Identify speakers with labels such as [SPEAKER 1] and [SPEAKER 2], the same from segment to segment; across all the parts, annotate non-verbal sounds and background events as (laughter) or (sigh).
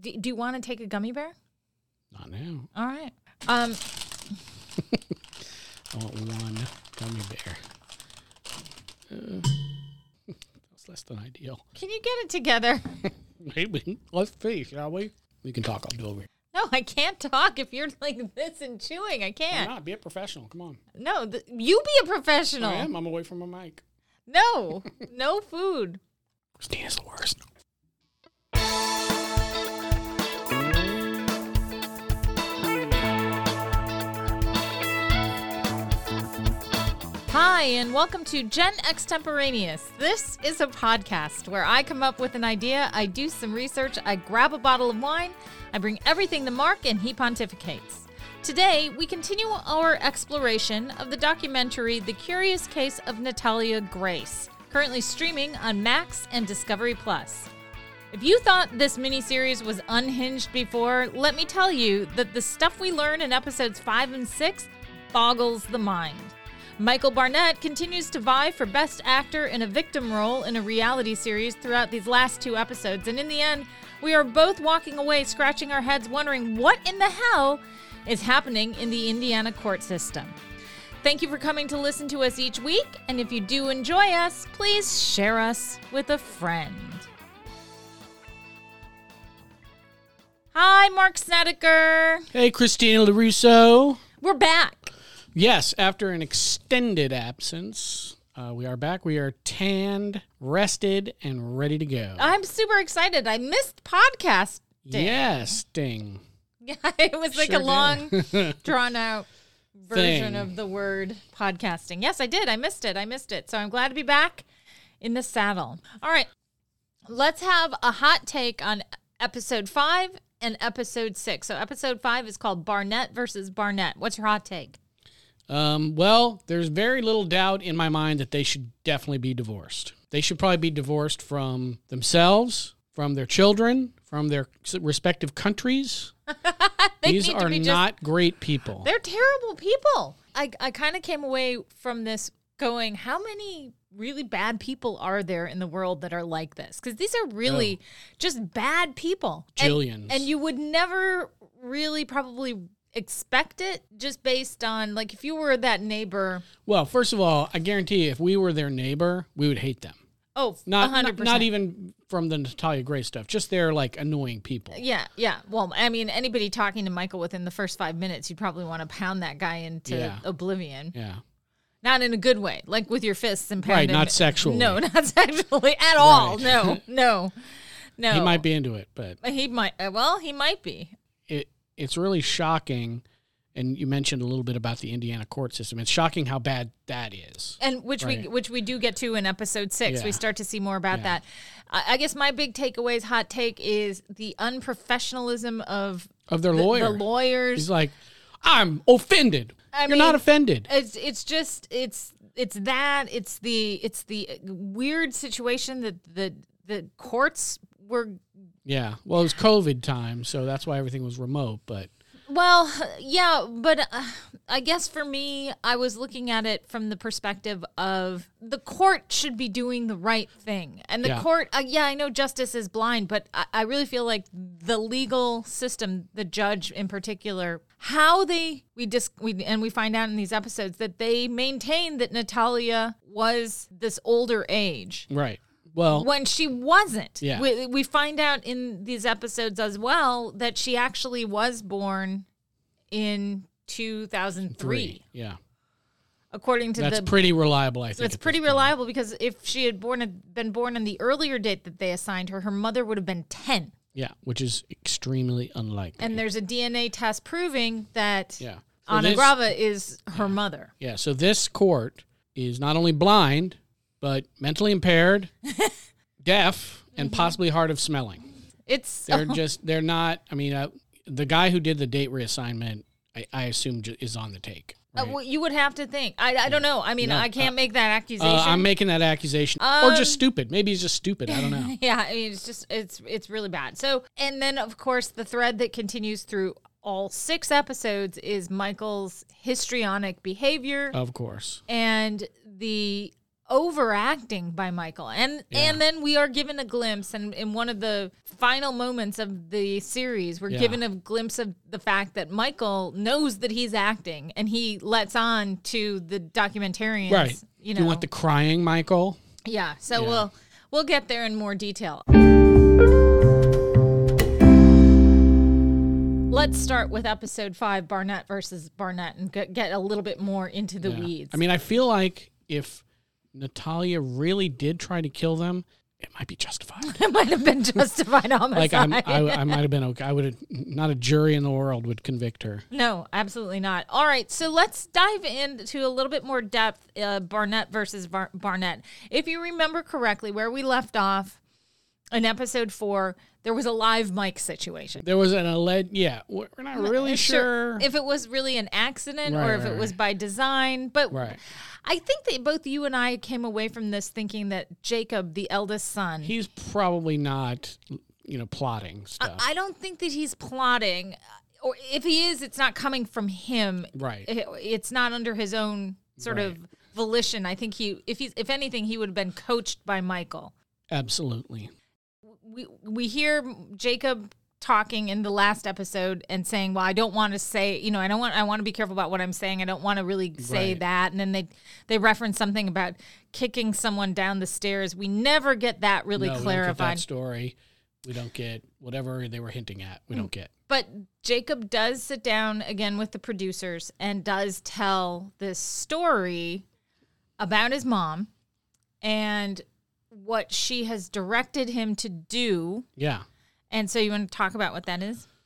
[SPEAKER 1] Do, do you want to take a gummy bear?
[SPEAKER 2] Not now.
[SPEAKER 1] All right. Um,
[SPEAKER 2] I want Oh, one gummy bear. Uh, (laughs) that's less than ideal.
[SPEAKER 1] can you get it together? (laughs)
[SPEAKER 2] Maybe. Let's see, shall we? We can talk. I'll do over.
[SPEAKER 1] No, I can't talk if you're like this and chewing. I
[SPEAKER 2] Why
[SPEAKER 1] can't.
[SPEAKER 2] not? Be a professional. Come on.
[SPEAKER 1] No, th- you be a professional.
[SPEAKER 2] I am. I'm away from my mic.
[SPEAKER 1] No, no food.
[SPEAKER 2] Christina's the worst.
[SPEAKER 1] Hi, and welcome to Gen Extemporaneous. This is a podcast where I come up with an idea, I do some research, I grab a bottle of wine, I bring everything to Mark, and he pontificates. Today, we continue our exploration of the documentary The Curious Case of Natalia Grace, currently streaming on Max and Discovery Plus. If you thought this miniseries was unhinged before, let me tell you that the stuff we learn in episodes 5 and 6 boggles the mind. Michael Barnett continues to vie for Best Actor in a Victim Role in a reality series throughout these last two episodes, and in the end, we are both walking away scratching our heads wondering what in the hell is happening in the Indiana court system. Thank you for coming to listen to us each week, and if you do enjoy us, please share us with a friend. Hi, Mark Snedeker.
[SPEAKER 2] Hey, Christina LaRusso.
[SPEAKER 1] We're back.
[SPEAKER 2] Yes, after an extended absence, uh, we are back. We are tanned, rested, and ready to go.
[SPEAKER 1] I'm super excited. I missed podcasting.
[SPEAKER 2] Yes, ding.
[SPEAKER 1] Yeah, (laughs) it was like
[SPEAKER 2] Sure
[SPEAKER 1] a
[SPEAKER 2] did.
[SPEAKER 1] long,
[SPEAKER 2] (laughs)
[SPEAKER 1] drawn out version
[SPEAKER 2] Thing.
[SPEAKER 1] of the word podcasting. Yes, I did. I missed it. I missed it. So I'm glad to be back in the saddle. All right. Let's have a hot take on episode five and episode six. So episode five is called Barnett versus Barnett. What's your hot take?
[SPEAKER 2] Um, well, there's very little doubt in my mind that they should definitely be divorced. They should probably be divorced from themselves, from their children, from their s- respective countries.
[SPEAKER 1] (laughs) They
[SPEAKER 2] These
[SPEAKER 1] need to
[SPEAKER 2] are
[SPEAKER 1] be just-
[SPEAKER 2] not great people.
[SPEAKER 1] They're terrible people. I, I kind of came away from this going, how many really bad people are there in the world that are like this? Because these are really just bad people. And-
[SPEAKER 2] Oh. Jillions.
[SPEAKER 1] And, you would never really probably expect it just based on, like, if you were that neighbor.
[SPEAKER 2] Well, first of all, I guarantee you, if we were their neighbor, we would hate them.
[SPEAKER 1] Oh,
[SPEAKER 2] Not,
[SPEAKER 1] 100%.
[SPEAKER 2] e-, not not even from the Natalia Gray stuff. Just they're like annoying people.
[SPEAKER 1] Yeah, yeah. Well, I mean, anybody talking to Michael within the first five minutes, you'd probably want to pound that guy into
[SPEAKER 2] Yeah.
[SPEAKER 1] oblivion.
[SPEAKER 2] Yeah.
[SPEAKER 1] Not in a good way, like with your fists and pounding.
[SPEAKER 2] Right, not sexually.
[SPEAKER 1] No, (laughs) not sexually at all.
[SPEAKER 2] Right. (laughs)
[SPEAKER 1] No, no, no.
[SPEAKER 2] He might be into it, but
[SPEAKER 1] He might. uh, Well, he might be.
[SPEAKER 2] it it's really shocking. And you mentioned a little bit about the Indiana court system. It's shocking how bad that is.
[SPEAKER 1] And which we
[SPEAKER 2] Right.
[SPEAKER 1] which we do get to in episode six, we
[SPEAKER 2] Yeah.
[SPEAKER 1] start to see more about
[SPEAKER 2] Yeah.
[SPEAKER 1] that. I, I guess my big takeaways, hot take, is the unprofessionalism of
[SPEAKER 2] Of their
[SPEAKER 1] the,
[SPEAKER 2] lawyer.
[SPEAKER 1] the lawyers.
[SPEAKER 2] He's like, I'm offended.
[SPEAKER 1] I
[SPEAKER 2] You're
[SPEAKER 1] mean-
[SPEAKER 2] not offended.
[SPEAKER 1] it's it's just it's it's that it's the it's the uh, weird situation that the the courts were
[SPEAKER 2] Yeah. Well, it was COVID time, so that's why everything was remote. But
[SPEAKER 1] Well, (sighs) yeah, but uh, I guess for me, I was looking at it from the perspective of the court should be doing the right thing. And the
[SPEAKER 2] Yeah.
[SPEAKER 1] court, uh, yeah, I know justice is blind, but I, I really feel like the legal system, the judge in particular, how they, we just, we, and we find out in these episodes that they maintained that Natalia was this older age
[SPEAKER 2] right. Well,
[SPEAKER 1] when she wasn't.
[SPEAKER 2] Yeah.
[SPEAKER 1] We, we find out in these episodes as well that she actually was born in 2003,
[SPEAKER 2] three. Yeah.
[SPEAKER 1] according to
[SPEAKER 2] That's
[SPEAKER 1] the.
[SPEAKER 2] pretty reliable, I think.
[SPEAKER 1] it's
[SPEAKER 2] at this
[SPEAKER 1] pretty
[SPEAKER 2] point.
[SPEAKER 1] reliable because if she had born had been born on the earlier date that they assigned her, her mother would have been ten.
[SPEAKER 2] Yeah, which is extremely unlikely.
[SPEAKER 1] And there's a DNA test proving that
[SPEAKER 2] yeah. So
[SPEAKER 1] Ana
[SPEAKER 2] this-
[SPEAKER 1] Grava is her mother.
[SPEAKER 2] Yeah, so this court is not only blind, but mentally
[SPEAKER 1] (laughs)
[SPEAKER 2] impaired, deaf, and
[SPEAKER 1] Mm-hmm.
[SPEAKER 2] possibly hard of smelling.
[SPEAKER 1] It's
[SPEAKER 2] They're just, they're not, I mean, uh, the guy who did the date reassignment, I, I assume, ju- is on the take.
[SPEAKER 1] uh,
[SPEAKER 2] right?
[SPEAKER 1] well, you would have to think. I, I don't know. I mean,
[SPEAKER 2] No,
[SPEAKER 1] I can't make that accusation.
[SPEAKER 2] Uh, I'm making that accusation, or just stupid. Maybe he's just stupid. I don't know.
[SPEAKER 1] Yeah, I mean, (laughs) it's just it's it's really bad. So, and then of course the thread that continues through all six episodes
[SPEAKER 2] Oh.
[SPEAKER 1] is Michael's histrionic behavior
[SPEAKER 2] of course,
[SPEAKER 1] and the overacting by Michael. And and then we are given a glimpse and in one of the final moments of the series, we're
[SPEAKER 2] Yeah.
[SPEAKER 1] given a glimpse of the fact that Michael knows that he's acting and he lets on to the documentarians.
[SPEAKER 2] Right.
[SPEAKER 1] You know
[SPEAKER 2] you want the crying Michael?
[SPEAKER 1] Yeah. So we'll we'll get there in more detail. Let's start with episode five, Barnett versus Barnett, and get, get a little bit more into the
[SPEAKER 2] Yeah.
[SPEAKER 1] weeds.
[SPEAKER 2] I mean, I feel like if Natalia really did try to kill them, it might
[SPEAKER 1] (laughs)
[SPEAKER 2] be justified.
[SPEAKER 1] (laughs) it might have been justified (laughs) homicide.
[SPEAKER 2] like I'm, I, I might have been okay. I would have not a jury in the world would convict her.
[SPEAKER 1] no, absolutely not. All right, so let's dive into a little bit more depth. Uh, Barnett versus Bar- Barnett. If you remember correctly, where we left off in episode four, there was a live mic situation.
[SPEAKER 2] There was an alleged. Yeah, we're we're not really sure.
[SPEAKER 1] if it was really an accident or
[SPEAKER 2] Right,
[SPEAKER 1] if
[SPEAKER 2] right,
[SPEAKER 1] it
[SPEAKER 2] right.
[SPEAKER 1] was by design. But
[SPEAKER 2] Right.
[SPEAKER 1] I think that both you and I came away from this thinking that Jacob, the eldest son,
[SPEAKER 2] He's probably not, you know, plotting stuff.
[SPEAKER 1] I don't think that he's plotting, uh, or if he is, it's not coming from him.
[SPEAKER 2] right.
[SPEAKER 1] It- It's not under his own sort of volition. I think he, if he's, if anything, he would have been coached by Michael.
[SPEAKER 2] Absolutely.
[SPEAKER 1] we we hear Jacob talking in the last episode and saying, "Well, I don't want to say, you know, I don't want I want to be careful about what I'm saying. I don't want to really say
[SPEAKER 2] Right.
[SPEAKER 1] that." And then they they reference something about kicking someone down the stairs. We never get that really
[SPEAKER 2] no, we don't get
[SPEAKER 1] clarified.
[SPEAKER 2] that story. We don't get whatever they were hinting at. We
[SPEAKER 1] Mm.
[SPEAKER 2] don't get.
[SPEAKER 1] But Jacob does sit down again with the producers and does tell this story about his mom and what she has directed him to do.
[SPEAKER 2] Yeah.
[SPEAKER 1] And so you want to talk about what that is? (laughs)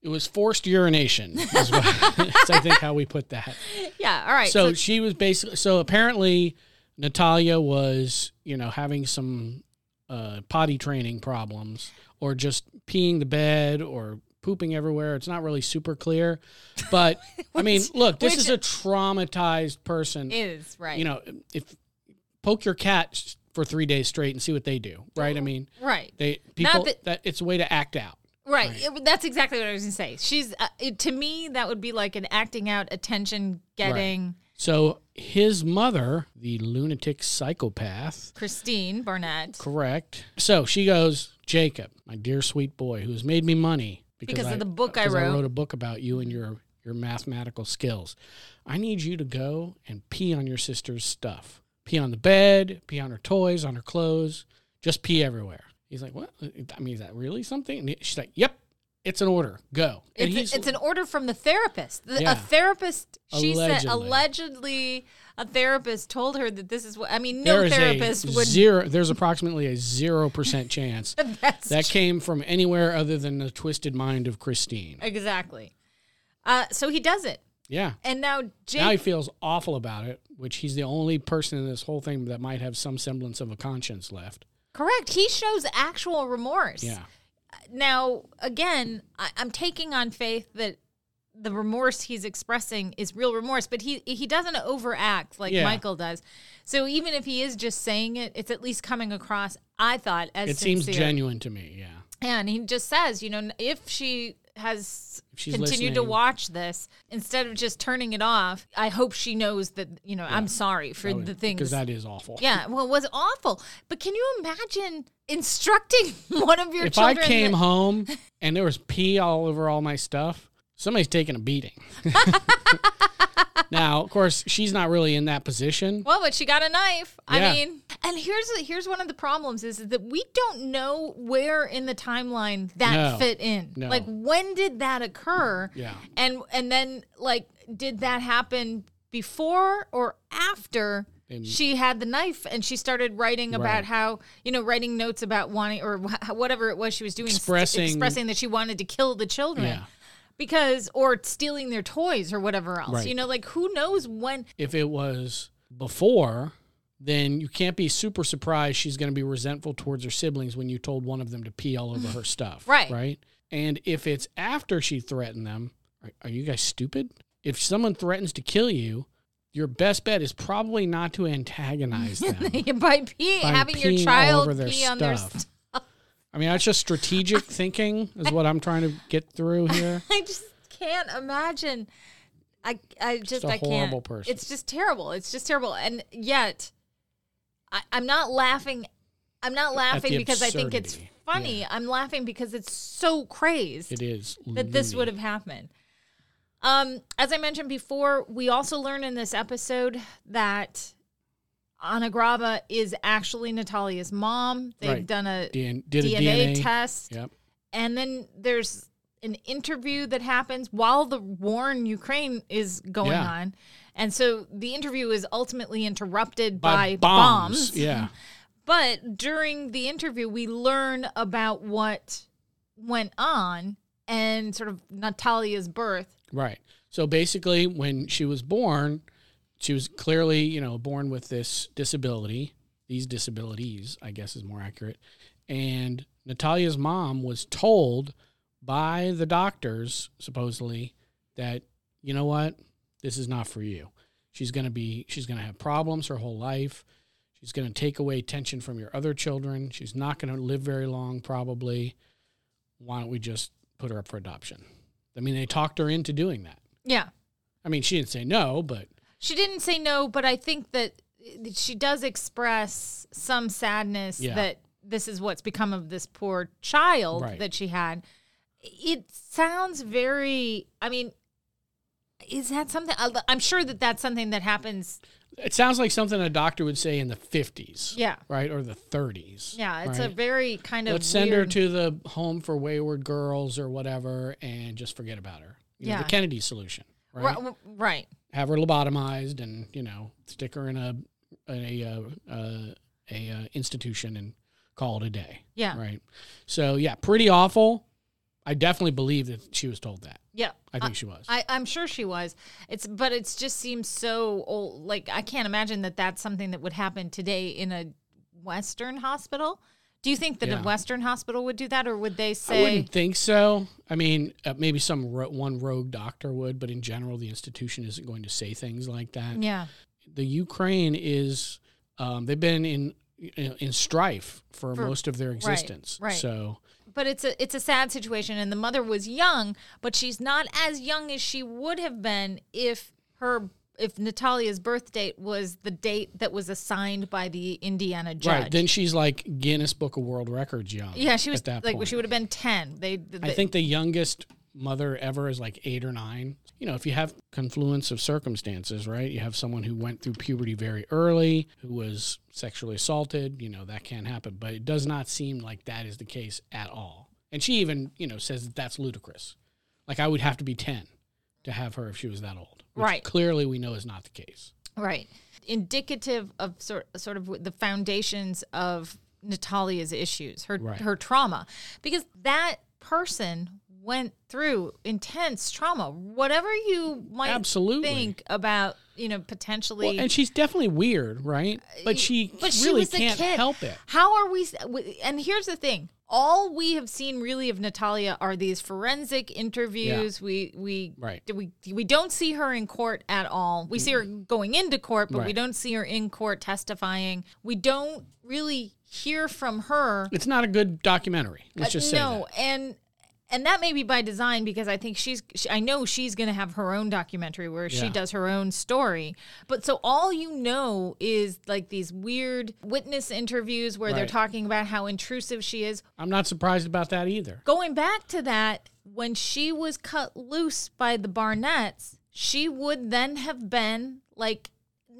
[SPEAKER 2] It was forced urination. Is what, (laughs) is I think how we put that.
[SPEAKER 1] Yeah, all right.
[SPEAKER 2] so she was basically so apparently Natalia was you know having some uh, potty training problems or just peeing the bed or pooping everywhere. It's not really super clear,
[SPEAKER 1] (laughs)
[SPEAKER 2] but I mean, look, this
[SPEAKER 1] which-
[SPEAKER 2] is a traumatized person.
[SPEAKER 1] is right.
[SPEAKER 2] You know, if poke your cat for three days straight and see what they do, right? I mean,
[SPEAKER 1] right,
[SPEAKER 2] they
[SPEAKER 1] Not
[SPEAKER 2] people
[SPEAKER 1] that-
[SPEAKER 2] that, it's a way to act out.
[SPEAKER 1] right. It- that's exactly what I was gonna say. She's uh, it, to me that would be like an acting out, attention getting
[SPEAKER 2] So his mother, the lunatic psychopath,
[SPEAKER 1] Christine Barnett
[SPEAKER 2] Correct. So she goes, Jacob, my dear sweet boy, who has made me money
[SPEAKER 1] Because of the book I
[SPEAKER 2] because
[SPEAKER 1] wrote."
[SPEAKER 2] a book about you and your your mathematical skills. I need you to go and pee on your sister's stuff. Pee on the bed, pee on her toys, on her clothes, just pee everywhere. He's like, what? I mean, is that really something? And she's like, yep, it's an order. Go. And
[SPEAKER 1] It's,
[SPEAKER 2] he's,
[SPEAKER 1] it's an order from the therapist. The,
[SPEAKER 2] Yeah.
[SPEAKER 1] A therapist, she said,
[SPEAKER 2] Allegedly.
[SPEAKER 1] allegedly, a therapist told her that this is what. I mean,
[SPEAKER 2] there
[SPEAKER 1] no
[SPEAKER 2] is
[SPEAKER 1] therapist
[SPEAKER 2] a
[SPEAKER 1] would.
[SPEAKER 2] zero. There's approximately a zero percent chance
[SPEAKER 1] (laughs) that's
[SPEAKER 2] that came from anywhere other than the twisted mind of Christine.
[SPEAKER 1] exactly. Uh, so he does it,
[SPEAKER 2] Yeah.
[SPEAKER 1] and now Jake.
[SPEAKER 2] Now he feels awful about it, which he's the only person in this whole thing that might have some semblance of a conscience left.
[SPEAKER 1] correct. He shows actual remorse.
[SPEAKER 2] Yeah.
[SPEAKER 1] now again I, i'm taking on faith that the remorse he's expressing is real remorse but he he doesn't overact like
[SPEAKER 2] Yeah.
[SPEAKER 1] michael does so even if he is just saying it it's at least coming across i thought as
[SPEAKER 2] It
[SPEAKER 1] sincere.
[SPEAKER 2] seems genuine to me. Yeah.
[SPEAKER 1] and he just says you know if she has
[SPEAKER 2] If she's
[SPEAKER 1] continued to
[SPEAKER 2] listening.
[SPEAKER 1] watch this instead of just turning it off i hope she knows that you know i'm sorry for
[SPEAKER 2] Oh,
[SPEAKER 1] the things
[SPEAKER 2] Because that is awful.
[SPEAKER 1] yeah well it was awful but can you imagine instructing (laughs) one of your
[SPEAKER 2] If I
[SPEAKER 1] children
[SPEAKER 2] came
[SPEAKER 1] that- (laughs)
[SPEAKER 2] home and there was pee all over all my stuff, somebody's taking
[SPEAKER 1] (laughs)
[SPEAKER 2] a beating. (laughs) now, of course, she's not really in that position.
[SPEAKER 1] Well, but she got a knife. I
[SPEAKER 2] Mm-hmm. Yeah.
[SPEAKER 1] mean, and here's here's one of the problems is that we don't know where in the timeline that
[SPEAKER 2] No.
[SPEAKER 1] fit in.
[SPEAKER 2] No.
[SPEAKER 1] Like when did that occur?
[SPEAKER 2] Yeah.
[SPEAKER 1] And and then like did that happen before or after she had the knife and she started writing about
[SPEAKER 2] Right.
[SPEAKER 1] how you know writing notes about wanting or wh- (laughs) whatever it was she was doing st-
[SPEAKER 2] Expressing-
[SPEAKER 1] expressing that she wanted to kill the children
[SPEAKER 2] Yeah.
[SPEAKER 1] because or stealing their toys or whatever else
[SPEAKER 2] Right.
[SPEAKER 1] you know like who knows when
[SPEAKER 2] If it was before, then you can't be super surprised she's going to be resentful towards her siblings when you told one of them to pee all
[SPEAKER 1] (sighs)
[SPEAKER 2] over her stuff.
[SPEAKER 1] Right.
[SPEAKER 2] Right. And if it's after she threatened them, are, are you guys stupid? If someone threatens to kill you, your best bet is probably not
[SPEAKER 1] (laughs)
[SPEAKER 2] to antagonize them.
[SPEAKER 1] by pee,
[SPEAKER 2] by
[SPEAKER 1] having
[SPEAKER 2] peeing
[SPEAKER 1] your
[SPEAKER 2] all
[SPEAKER 1] child
[SPEAKER 2] over their
[SPEAKER 1] pee on their
[SPEAKER 2] stuff.
[SPEAKER 1] stuff.
[SPEAKER 2] I mean, that's just strategic thinking, is what I'm trying to get through here.
[SPEAKER 1] (laughs) I just can't imagine. I I just,
[SPEAKER 2] a
[SPEAKER 1] I can't.
[SPEAKER 2] horrible person.
[SPEAKER 1] It's just terrible. It's just terrible. And yet, I, I'm not laughing. I'm not laughing
[SPEAKER 2] the
[SPEAKER 1] because I think it's
[SPEAKER 2] absurdity.
[SPEAKER 1] funny. I'm laughing because it's so crazed
[SPEAKER 2] It is
[SPEAKER 1] that this would have happened. Um, as I mentioned before, we also learn in this episode that Anna Graba is actually Natalia's mom. They've
[SPEAKER 2] Right.
[SPEAKER 1] done a
[SPEAKER 2] Dan, did a
[SPEAKER 1] DNA,
[SPEAKER 2] DNA,
[SPEAKER 1] test.
[SPEAKER 2] Yep.
[SPEAKER 1] And then there's an interview that happens while the war in Ukraine is going
[SPEAKER 2] Yeah.
[SPEAKER 1] on. And so the interview is ultimately interrupted by, bombs.
[SPEAKER 2] Yeah.
[SPEAKER 1] But during the interview, we learn about what went on and sort of Natalia's birth.
[SPEAKER 2] Right. So basically, when she was born, she was clearly, you know, born with this disability, these disabilities, I guess is more accurate. And Natalia's mom was told by the doctors, supposedly, that, you know what, this is not for you. She's going to be, she's going to have problems her whole life. She's going to take away attention from your other children. She's not going to live very long, probably. Why don't we just put her up for adoption? I mean, they talked her into doing that.
[SPEAKER 1] Yeah.
[SPEAKER 2] I mean, she didn't say no, but
[SPEAKER 1] She didn't say no, but I think that she does express some sadness
[SPEAKER 2] Yeah.
[SPEAKER 1] that this is what's become of this poor child
[SPEAKER 2] Right.
[SPEAKER 1] that she had. It sounds very, I mean, is that something? I- I'm sure that that's something that happens.
[SPEAKER 2] it sounds like something a doctor would say in the 50s,
[SPEAKER 1] Yeah.
[SPEAKER 2] right? Or the 30s.
[SPEAKER 1] Yeah. It's a
[SPEAKER 2] right?
[SPEAKER 1] very kind of.
[SPEAKER 2] Let's send her
[SPEAKER 1] weird-
[SPEAKER 2] to the home for wayward girls or whatever and just forget about her. You know,
[SPEAKER 1] Yeah.
[SPEAKER 2] the Kennedy solution, right?
[SPEAKER 1] Ri- right.
[SPEAKER 2] Have her lobotomized and, you know, stick her in a in a uh, uh, a uh, institution and call it a day.
[SPEAKER 1] Yeah.
[SPEAKER 2] Right. So, yeah, pretty awful. I definitely believe that she was told that.
[SPEAKER 1] Yeah.
[SPEAKER 2] I think she was.
[SPEAKER 1] I, I'm sure she was. It's but it's just seems so old. Like I can't imagine that that's something that would happen today in a Western hospital. Do you think that a
[SPEAKER 2] Yeah.
[SPEAKER 1] Western hospital would do that, or would they
[SPEAKER 2] I
[SPEAKER 1] say
[SPEAKER 2] wouldn't think so. I mean, uh, maybe some ro- one rogue doctor would, but in general, the institution isn't going to say things like that.
[SPEAKER 1] yeah,
[SPEAKER 2] The Ukraine is um, they've been in in in strife for, most of their existence.
[SPEAKER 1] right.
[SPEAKER 2] So
[SPEAKER 1] but it's a it's a sad situation, and the mother was young, but she's not as young as she would have been if her if Natalia's birth date was the date that was assigned by the Indiana judge.
[SPEAKER 2] right then, she's like Guinness Book of World Records young.
[SPEAKER 1] yeah, she was
[SPEAKER 2] at that
[SPEAKER 1] like
[SPEAKER 2] point.
[SPEAKER 1] she would have been ten. They,
[SPEAKER 2] I think the youngest mother ever is like eight or nine. You know, if you have confluence of circumstances, right? You have someone who went through puberty very early, who was sexually assaulted, you know, that can happen. But it does not seem like that is the case at all. And she even, you know, says that that's ludicrous. Like I would have to be 10 to have her if she was that old. which
[SPEAKER 1] Right.
[SPEAKER 2] Clearly, we know is not the case.
[SPEAKER 1] Right. Indicative of sort sort of the foundations of Natalia's issues, her
[SPEAKER 2] Right.
[SPEAKER 1] her trauma, because that person went through intense trauma. Whatever you might
[SPEAKER 2] Absolutely.
[SPEAKER 1] think about, you know, potentially.
[SPEAKER 2] And she's definitely weird, right?
[SPEAKER 1] Uh,
[SPEAKER 2] But she really
[SPEAKER 1] a
[SPEAKER 2] can't
[SPEAKER 1] kid.
[SPEAKER 2] help it.
[SPEAKER 1] How are we? And here's the thing: all we have seen really of Natalia are these forensic interviews. We we
[SPEAKER 2] Right.
[SPEAKER 1] we we don't see her in court at all. We see her going into court, but we
[SPEAKER 2] Right.
[SPEAKER 1] don't see her in court testifying. We don't really hear from her.
[SPEAKER 2] It's not a good documentary. Let's just say that.
[SPEAKER 1] Uh, no, and. And that may be by design because I think she's, she, I know she's going to have her own documentary where she
[SPEAKER 2] Yeah.
[SPEAKER 1] does her own story. But so all you know is like these weird witness interviews where they're
[SPEAKER 2] Right.
[SPEAKER 1] talking about how intrusive she is.
[SPEAKER 2] I'm not surprised about that either.
[SPEAKER 1] Going back to that, when she was cut loose by the Barnetts, she would then have been like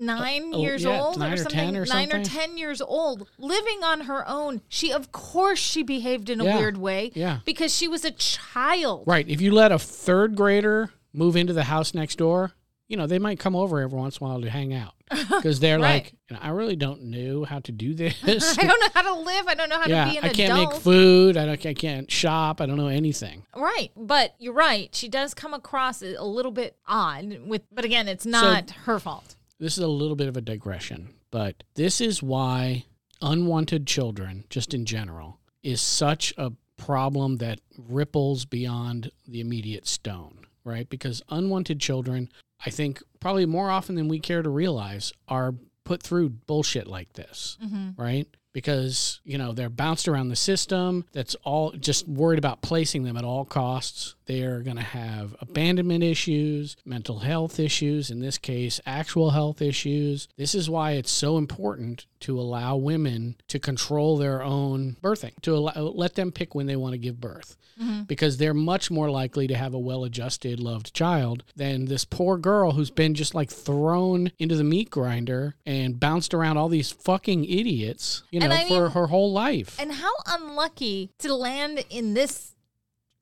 [SPEAKER 1] nine
[SPEAKER 2] oh,
[SPEAKER 1] years
[SPEAKER 2] yeah,
[SPEAKER 1] old
[SPEAKER 2] nine
[SPEAKER 1] or,
[SPEAKER 2] or
[SPEAKER 1] something,
[SPEAKER 2] 10 or
[SPEAKER 1] nine or
[SPEAKER 2] something.
[SPEAKER 1] ten years old, living on her own. She, of course, she behaved in a
[SPEAKER 2] Yeah,
[SPEAKER 1] weird way,
[SPEAKER 2] yeah.
[SPEAKER 1] because she was a child.
[SPEAKER 2] Right. If you let a third grader move into the house next door, you know, they might come over every once in a while to
[SPEAKER 1] (laughs)
[SPEAKER 2] hang out because they're
[SPEAKER 1] Right.
[SPEAKER 2] like, "You know, I really don't know how
[SPEAKER 1] (laughs)
[SPEAKER 2] to do this.
[SPEAKER 1] (laughs) I don't know how to live. I don't know how to
[SPEAKER 2] yeah.
[SPEAKER 1] be an
[SPEAKER 2] I can't
[SPEAKER 1] adult.
[SPEAKER 2] make food. I, don't, I can't shop. I don't know anything.
[SPEAKER 1] Right, but you're right. She does come across a a little bit odd with, but again, it's not her fault.
[SPEAKER 2] This is a little bit of a digression, but this is why unwanted children, just in general, is such a problem that ripples beyond the immediate stone, right? Because unwanted children, I think probably more often than we care to realize, are put through bullshit like this, right? because you know they're bounced around the system that's all just worried about placing them at all costs they're going to have abandonment issues mental health issues in this case actual health issues this is why it's so important to allow women to control their own birthing to allow, let them pick when they want to give birth
[SPEAKER 1] Mm-hmm.
[SPEAKER 2] because they're much more likely to have a well-adjusted loved child than this poor girl who's been just like thrown into the meat grinder and bounced around all these fucking idiots you know
[SPEAKER 1] And I
[SPEAKER 2] for
[SPEAKER 1] mean-
[SPEAKER 2] her whole life
[SPEAKER 1] And how unlucky to land in this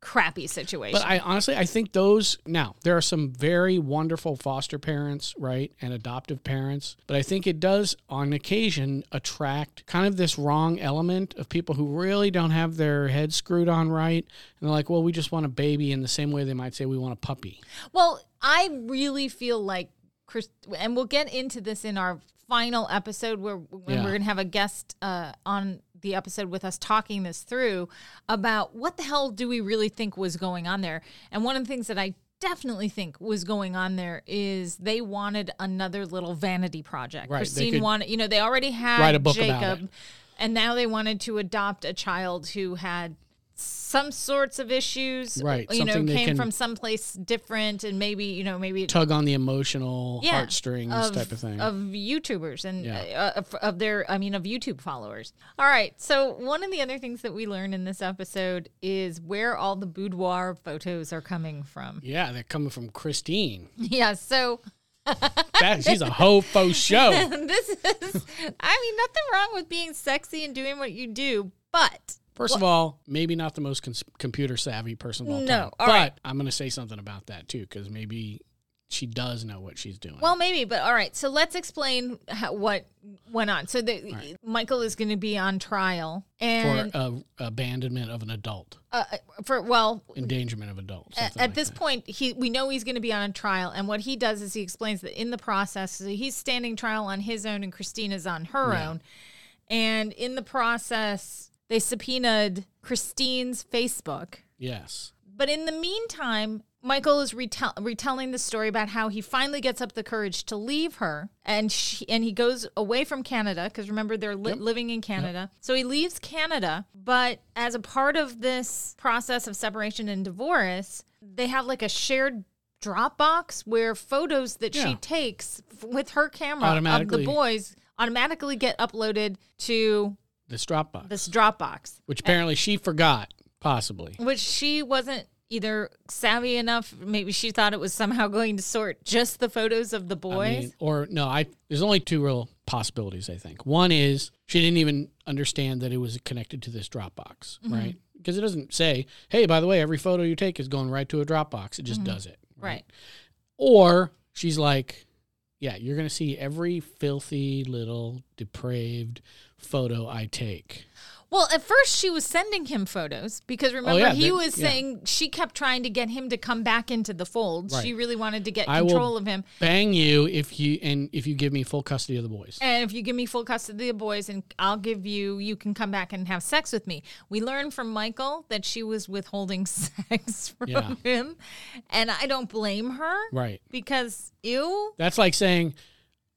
[SPEAKER 1] crappy situation.
[SPEAKER 2] But I honestly, I think those now there are some very wonderful foster parents, right, and adoptive parents. But I think it does, on occasion, attract kind of this wrong element of people who really don't have their head screwed on right, and they're like, "Well, we just want a baby," in the same way they might say we want a puppy.
[SPEAKER 1] well, I really feel like Chris, and we'll get into this in our final episode where when
[SPEAKER 2] Yeah.
[SPEAKER 1] we're going to have a guest uh, on the episode with us talking this through about what the hell do we really think was going on there. And one of the things that I definitely think was going on there is they wanted another little vanity project.
[SPEAKER 2] Right, they
[SPEAKER 1] Christine
[SPEAKER 2] could
[SPEAKER 1] wanted, you know, they already had
[SPEAKER 2] write a book
[SPEAKER 1] Jacob.
[SPEAKER 2] about it.
[SPEAKER 1] And now they wanted to adopt a child who had some sorts of issues,
[SPEAKER 2] Right,
[SPEAKER 1] You know,
[SPEAKER 2] something they
[SPEAKER 1] came
[SPEAKER 2] can-
[SPEAKER 1] from someplace different, and maybe you know, maybe
[SPEAKER 2] Tug on the emotional heartstrings
[SPEAKER 1] of,
[SPEAKER 2] type of thing.
[SPEAKER 1] of YouTubers and
[SPEAKER 2] Yeah.
[SPEAKER 1] uh, of, of their, I mean, of YouTube followers. All right. So one of the other things that we learn in this episode is where all the boudoir photos are coming from.
[SPEAKER 2] yeah, they're coming from Christine.
[SPEAKER 1] (laughs) Yeah. So
[SPEAKER 2] That, she's a (laughs) hoe faux show.
[SPEAKER 1] this is, I mean, nothing wrong with being sexy and doing what you do, but
[SPEAKER 2] First of all, maybe not the most cons- computer savvy person of all
[SPEAKER 1] No,
[SPEAKER 2] time.
[SPEAKER 1] all
[SPEAKER 2] but
[SPEAKER 1] right.
[SPEAKER 2] I'm going to say something about that too, because maybe she does know what she's doing.
[SPEAKER 1] Well, maybe, but all right. So let's explain how, what went on. So the, Michael is going to be on trial
[SPEAKER 2] for
[SPEAKER 1] and
[SPEAKER 2] uh, abandonment of an adult,
[SPEAKER 1] uh, for well,
[SPEAKER 2] endangerment of adults.
[SPEAKER 1] at this point, he we know he's going to be on a trial, and what he does is he explains that in the process, so he's standing trial on his own, and Christina's on her own, and in the process, they subpoenaed Christine's Facebook.
[SPEAKER 2] yes.
[SPEAKER 1] But in the meantime, Michael is retell- retelling the story about how he finally gets up the courage to leave her, and she, and he goes away from Canada because remember they're li- living in Canada. So he leaves Canada, but as a part of this process of separation and divorce, they have like a shared Dropbox where photos that she
[SPEAKER 2] Yeah.
[SPEAKER 1] takes f- with her camera of the
[SPEAKER 2] Automatically.
[SPEAKER 1] boys automatically get uploaded to
[SPEAKER 2] This Dropbox,
[SPEAKER 1] this Dropbox
[SPEAKER 2] which apparently she forgot, possibly.
[SPEAKER 1] which she wasn't either savvy enough. Maybe she thought it was somehow (laughs) going to sort just the photos of the
[SPEAKER 2] I
[SPEAKER 1] boys.
[SPEAKER 2] mean, or no, I there's only two real possibilities. I think one is she didn't even understand that it was connected to this Dropbox,
[SPEAKER 1] Mm-hmm.
[SPEAKER 2] right? Because it doesn't say, "Hey, by the way, every photo you take is going right to a Dropbox." It just
[SPEAKER 1] Mm-hmm.
[SPEAKER 2] does it,
[SPEAKER 1] right.
[SPEAKER 2] Or she's like, yeah, you're going to see every filthy little depraved photo I take.
[SPEAKER 1] Well, at first she was sending him photos because remember
[SPEAKER 2] Oh, yeah,
[SPEAKER 1] he
[SPEAKER 2] they-
[SPEAKER 1] was
[SPEAKER 2] yeah.
[SPEAKER 1] saying she kept trying to get him to come back into the fold. She
[SPEAKER 2] Right.
[SPEAKER 1] really wanted to get
[SPEAKER 2] I will-
[SPEAKER 1] control of him.
[SPEAKER 2] Bang you if you and if you give me full custody of the boys.
[SPEAKER 1] And if you give me full custody of the boys and I'll give you you can come back and have sex with me. We learned from Michael that she was withholding (laughs) sex from
[SPEAKER 2] Yeah.
[SPEAKER 1] him. And I don't blame her
[SPEAKER 2] Right.
[SPEAKER 1] because ew.
[SPEAKER 2] That's like saying,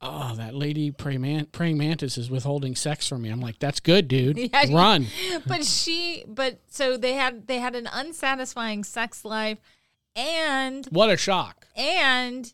[SPEAKER 2] "Oh, that lady praying, man- praying mantis is withholding sex from me." I'm like, "That's good, dude.
[SPEAKER 1] (laughs) Yeah, you-
[SPEAKER 2] Run."
[SPEAKER 1] (laughs) but she but so they had they had an unsatisfying sex life and
[SPEAKER 2] What a shock.
[SPEAKER 1] and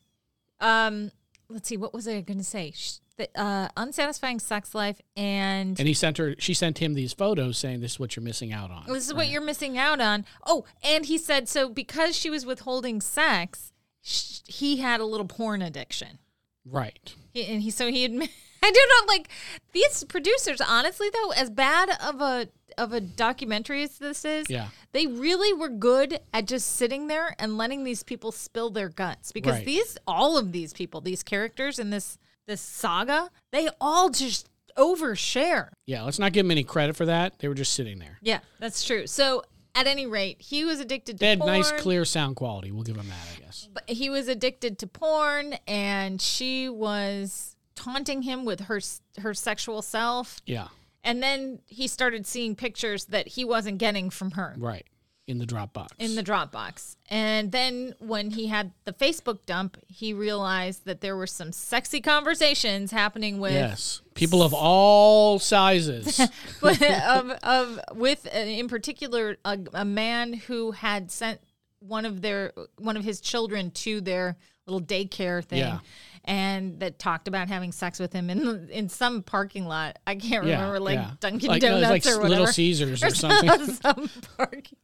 [SPEAKER 1] um let's see what was i going to say Sh- the, uh unsatisfying sex life and,
[SPEAKER 2] And he sent her she sent him these photos saying this is what you're missing out on.
[SPEAKER 1] this is what you're missing out on oh and he said so because she was withholding sex sh- he had a little porn addiction
[SPEAKER 2] right.
[SPEAKER 1] He, and he so he admit. (laughs) I do not like these producers. Honestly, though, as bad of a of a documentary as this is,
[SPEAKER 2] Yeah.
[SPEAKER 1] they really were good at just sitting there and letting these people spill their guts because
[SPEAKER 2] Right.
[SPEAKER 1] these all of these people, these characters in this this saga, they all just overshare.
[SPEAKER 2] Yeah, let's not give him any credit for that. They were just sitting there.
[SPEAKER 1] Yeah, that's true. So at any rate, he was addicted to
[SPEAKER 2] They had nice
[SPEAKER 1] porn.
[SPEAKER 2] clear sound quality. We'll give him that, I guess.
[SPEAKER 1] But he was addicted to porn, and she was taunting him with her s- her sexual self.
[SPEAKER 2] Yeah.
[SPEAKER 1] And then he started seeing pictures that he wasn't getting from her.
[SPEAKER 2] Right. in the Dropbox.
[SPEAKER 1] in the Dropbox. And then when he had the Facebook dump, he realized that there were some sexy conversations happening with (laughs)
[SPEAKER 2] yes, people of all sizes.
[SPEAKER 1] but of, of with uh, in particular a, a man who had sent one of their one of his children to their little daycare thing
[SPEAKER 2] Yeah.
[SPEAKER 1] and that talked about having sex with him in the- in some parking lot i can't remember like
[SPEAKER 2] yeah.
[SPEAKER 1] dunkin'
[SPEAKER 2] Like, no, it was
[SPEAKER 1] donuts
[SPEAKER 2] like
[SPEAKER 1] or whatever
[SPEAKER 2] Little Caesars
[SPEAKER 1] (laughs)
[SPEAKER 2] or something. it
[SPEAKER 1] some parking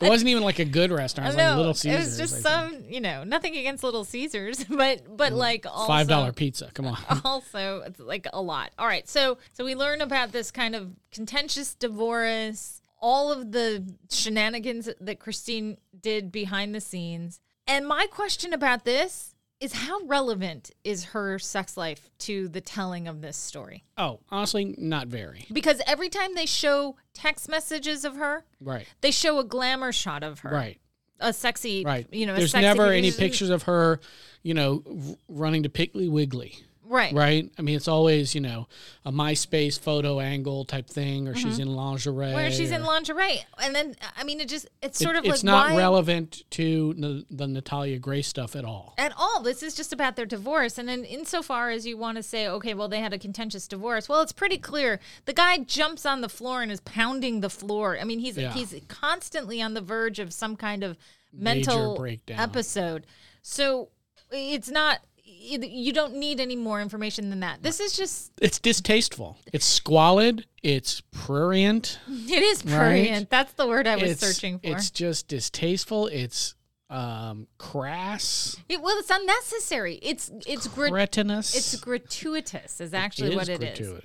[SPEAKER 2] wasn't even like a good restaurant. It was like
[SPEAKER 1] no
[SPEAKER 2] Little
[SPEAKER 1] it was
[SPEAKER 2] Caesars.
[SPEAKER 1] just
[SPEAKER 2] I think.
[SPEAKER 1] some you know nothing against little caesars (laughs) but but like also,
[SPEAKER 2] five dollar pizza.
[SPEAKER 1] (laughs)
[SPEAKER 2] Come on.
[SPEAKER 1] also it's like a lot all right so so we learn about this kind of contentious divorce all of the shenanigans that christine did behind the scenes and my question about this is how relevant is her sex life to the telling of this story
[SPEAKER 2] Oh, honestly, not very.
[SPEAKER 1] because every time they show text messages of her
[SPEAKER 2] Right.
[SPEAKER 1] they show a glamour shot of her
[SPEAKER 2] Right.
[SPEAKER 1] a sexy
[SPEAKER 2] Right.
[SPEAKER 1] you know a
[SPEAKER 2] there's
[SPEAKER 1] sexy
[SPEAKER 2] never any pictures of her, you know, r- running to Piggly Wiggly.
[SPEAKER 1] right
[SPEAKER 2] Right. I mean, it's always you know a MySpace photo angle type thing, or she's in lingerie.
[SPEAKER 1] Mm-hmm. where she's in
[SPEAKER 2] or-
[SPEAKER 1] lingerie and then i mean it just it's sort
[SPEAKER 2] It-
[SPEAKER 1] of
[SPEAKER 2] it's
[SPEAKER 1] like
[SPEAKER 2] not
[SPEAKER 1] why
[SPEAKER 2] relevant to n- the Natalia Gray stuff at all.
[SPEAKER 1] at all. This is just about their divorce. And then, insofar as you want to say, okay, well, they had a contentious divorce, well, it's pretty clear. The guy jumps on the floor and is pounding the floor. I mean, he's
[SPEAKER 2] Yeah.
[SPEAKER 1] he's constantly on the verge of some kind of mental
[SPEAKER 2] breakdown.
[SPEAKER 1] episode. So it's not. You you don't need any more information than that. This is just,
[SPEAKER 2] It's distasteful. It's squalid. It's prurient.
[SPEAKER 1] it is
[SPEAKER 2] Right.
[SPEAKER 1] prurient. That's the word I was
[SPEAKER 2] it's,
[SPEAKER 1] searching for.
[SPEAKER 2] It's just distasteful. It's um, crass,
[SPEAKER 1] It- well, it's unnecessary. It's it's grat-
[SPEAKER 2] cretinous.
[SPEAKER 1] it's gratuitous is actually what it is.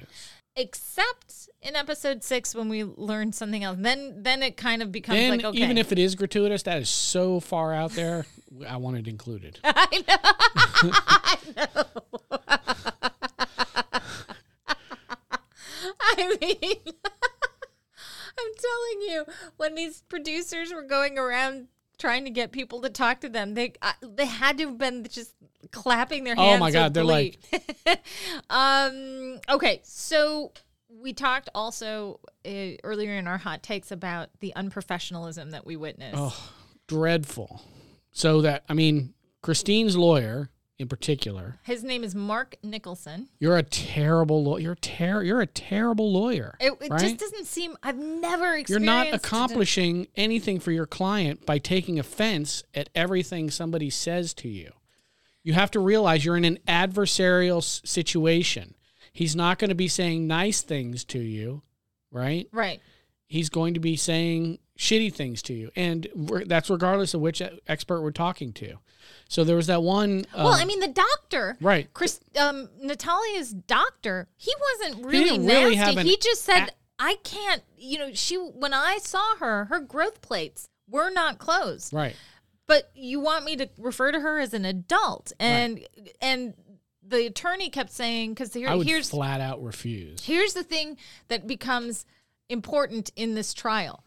[SPEAKER 1] except in episode six when we learn something else. Then then it kind of becomes
[SPEAKER 2] Then,
[SPEAKER 1] like okay,
[SPEAKER 2] even if it is gratuitous, that is so far out there. (laughs) I want
[SPEAKER 1] (laughs)
[SPEAKER 2] it included.
[SPEAKER 1] (laughs) I mean. (laughs) I'm telling you, when these producers were going around trying to get people to talk to them, they uh, they had to have been just clapping their hands.
[SPEAKER 2] Oh my
[SPEAKER 1] with
[SPEAKER 2] God, they're
[SPEAKER 1] glee. (laughs) um. Okay, so we talked also uh, earlier in our hot takes about the unprofessionalism that we witnessed.
[SPEAKER 2] Oh, Dreadful. So that I mean, Christine's lawyer in particular.
[SPEAKER 1] His name is Mark Nicholson.
[SPEAKER 2] You're a terrible lawyer. You're ter- You're a terrible lawyer.
[SPEAKER 1] It, it
[SPEAKER 2] right?
[SPEAKER 1] just doesn't seem. I've never experienced.
[SPEAKER 2] You're not
[SPEAKER 1] it.
[SPEAKER 2] accomplishing anything for your client by taking offense at everything somebody says to you. You have to realize you're in an adversarial s- situation. He's not going to be saying nice things to you, right?
[SPEAKER 1] Right.
[SPEAKER 2] He's going to be saying shitty things to you. And re- that's regardless of which e- expert we're talking to. So there was that one. Uh,
[SPEAKER 1] well, I mean, the doctor.
[SPEAKER 2] right.
[SPEAKER 1] Chris, um, Natalia's doctor. He wasn't really
[SPEAKER 2] didn't
[SPEAKER 1] nasty.
[SPEAKER 2] really have an
[SPEAKER 1] he just said,
[SPEAKER 2] a-
[SPEAKER 1] "I can't." You know, she. When I saw her, her growth plates were not closed.
[SPEAKER 2] Right.
[SPEAKER 1] But you want me to refer to her as an adult, and and the attorney kept saying, "Because here,
[SPEAKER 2] I would
[SPEAKER 1] here's
[SPEAKER 2] flat out refuse.
[SPEAKER 1] Here's the thing that becomes important in this trial.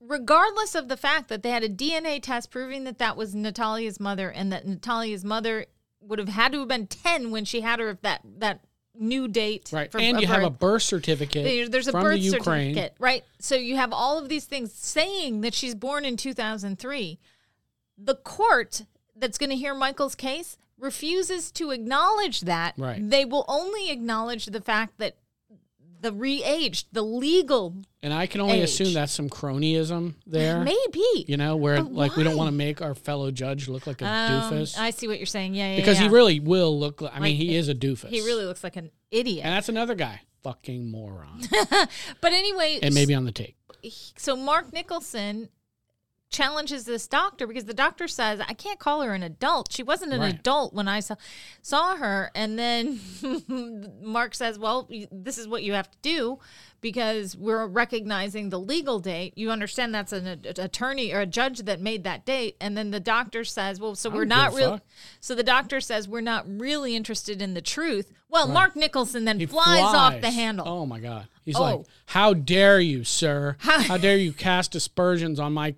[SPEAKER 1] Regardless of the fact that they had a DNA test proving that that was Natalia's mother and that Natalia's mother would have had to have been 10 when she had her if that that new date
[SPEAKER 2] Right.
[SPEAKER 1] for-
[SPEAKER 2] and
[SPEAKER 1] of
[SPEAKER 2] you have
[SPEAKER 1] her-
[SPEAKER 2] a birth certificate
[SPEAKER 1] there- there's a
[SPEAKER 2] from
[SPEAKER 1] birth
[SPEAKER 2] the Ukraine.
[SPEAKER 1] certificate, right? So you have all of these things saying that she's born in 2003. The court that's going to hear Michael's case refuses to acknowledge that.
[SPEAKER 2] Right.
[SPEAKER 1] They will only acknowledge the fact that the re-aged, the legal,
[SPEAKER 2] And I can only assume
[SPEAKER 1] age.
[SPEAKER 2] that's some cronyism there.
[SPEAKER 1] maybe.
[SPEAKER 2] Uh, You know, where
[SPEAKER 1] But
[SPEAKER 2] like we don't
[SPEAKER 1] why?
[SPEAKER 2] want to make our fellow judge look like a
[SPEAKER 1] Um,
[SPEAKER 2] doofus
[SPEAKER 1] I see what you're saying. Yeah, yeah.
[SPEAKER 2] because
[SPEAKER 1] yeah.
[SPEAKER 2] he really will look. Like, I mean,
[SPEAKER 1] Like,
[SPEAKER 2] he is a doofus.
[SPEAKER 1] he really looks like an idiot.
[SPEAKER 2] And that's another guy,
[SPEAKER 1] (laughs)
[SPEAKER 2] fucking moron.
[SPEAKER 1] but anyway,
[SPEAKER 2] and maybe on the tape.
[SPEAKER 1] so Mark Nicholson challenges this doctor because the doctor says I can't call her an adult. She wasn't an
[SPEAKER 2] Right.
[SPEAKER 1] adult when I saw saw her. And then (laughs) Mark says, "Well, you- this is what you have to do because we're recognizing the legal date. You understand that's an a- attorney or a judge that made that date." And then the doctor says, "Well, so we're
[SPEAKER 2] don't give
[SPEAKER 1] not
[SPEAKER 2] a
[SPEAKER 1] really."
[SPEAKER 2] fuck.
[SPEAKER 1] So the doctor says we're not really interested in the truth. Well, Mark Nicholson then
[SPEAKER 2] He
[SPEAKER 1] flies, off the
[SPEAKER 2] flies.
[SPEAKER 1] handle.
[SPEAKER 2] Oh my god. He's
[SPEAKER 1] Oh.
[SPEAKER 2] like, "How dare you, sir?
[SPEAKER 1] How-
[SPEAKER 2] How, dare you cast aspersions on my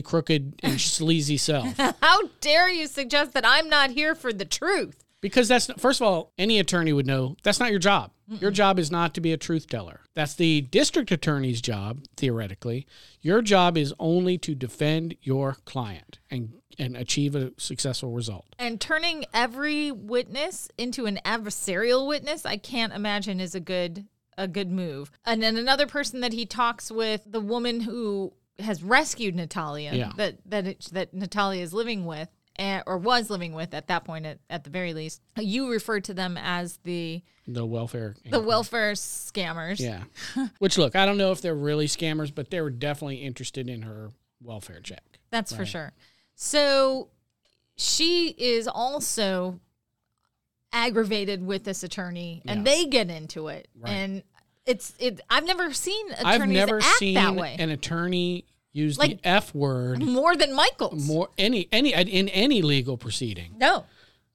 [SPEAKER 1] (laughs)
[SPEAKER 2] crooked and sleazy self?"
[SPEAKER 1] How dare you suggest that I'm not here for the truth?
[SPEAKER 2] Because that's first of all, any attorney would know that's not your job. Your job is not to be a truth teller. That's the district attorney's job, theoretically. Your job is only to defend your client and and achieve a successful result.
[SPEAKER 1] And turning every witness into an adversarial witness, I can't imagine is a good a good move. And then another person that he talks with, the woman who has rescued Natalia,
[SPEAKER 2] Yeah.
[SPEAKER 1] that that it, that Natalia is living with, eh, or was living with at that point, at, at the very least. You referred to them as the
[SPEAKER 2] The welfare
[SPEAKER 1] the welfare scammers.
[SPEAKER 2] Yeah.
[SPEAKER 1] (laughs)
[SPEAKER 2] Which look, I don't know if they're really scammers, but they were definitely interested in her welfare check.
[SPEAKER 1] That's for sure. So she is also aggravated with this attorney and they get into it. And it's it I've never seen attorneys
[SPEAKER 2] I've never
[SPEAKER 1] act
[SPEAKER 2] seen
[SPEAKER 1] that way.
[SPEAKER 2] an attorney use
[SPEAKER 1] Like-
[SPEAKER 2] the F word
[SPEAKER 1] More than Michael's.
[SPEAKER 2] more any any in any legal proceeding,
[SPEAKER 1] no.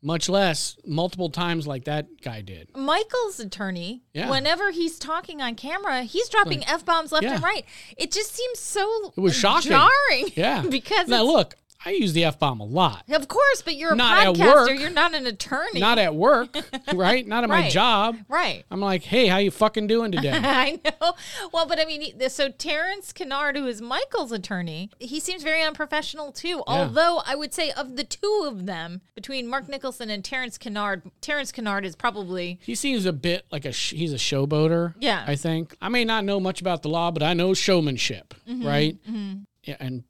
[SPEAKER 2] much less multiple times like that guy did.
[SPEAKER 1] Michael's attorney,
[SPEAKER 2] Yeah.
[SPEAKER 1] whenever he's talking on camera, he's dropping F bombs left
[SPEAKER 2] yeah.
[SPEAKER 1] and right. It just seems so
[SPEAKER 2] It was shocking.
[SPEAKER 1] jarring.
[SPEAKER 2] Yeah.
[SPEAKER 1] (laughs) because
[SPEAKER 2] now
[SPEAKER 1] it's-
[SPEAKER 2] look, I use the F bomb a lot.
[SPEAKER 1] (laughs) of course, but you're a
[SPEAKER 2] Not at
[SPEAKER 1] podcaster,
[SPEAKER 2] work.
[SPEAKER 1] you're not an attorney.
[SPEAKER 2] Not at work, right? Not at my
[SPEAKER 1] Right.
[SPEAKER 2] job.
[SPEAKER 1] right.
[SPEAKER 2] I'm like, hey, how you fucking doing today?
[SPEAKER 1] (laughs) I know. Well, but I mean, he- so Terrence Kennard, who is Michael's attorney, he seems very unprofessional too. Although I would say of the two of them, between Mark Nicholson and Terrence Kennard, Terrence Kennard is probably
[SPEAKER 2] he seems a bit like a sh- he's a showboater.
[SPEAKER 1] Yeah.
[SPEAKER 2] I think I may not know much about the law, but I know showmanship,
[SPEAKER 1] Mm-hmm,
[SPEAKER 2] right? Yeah, And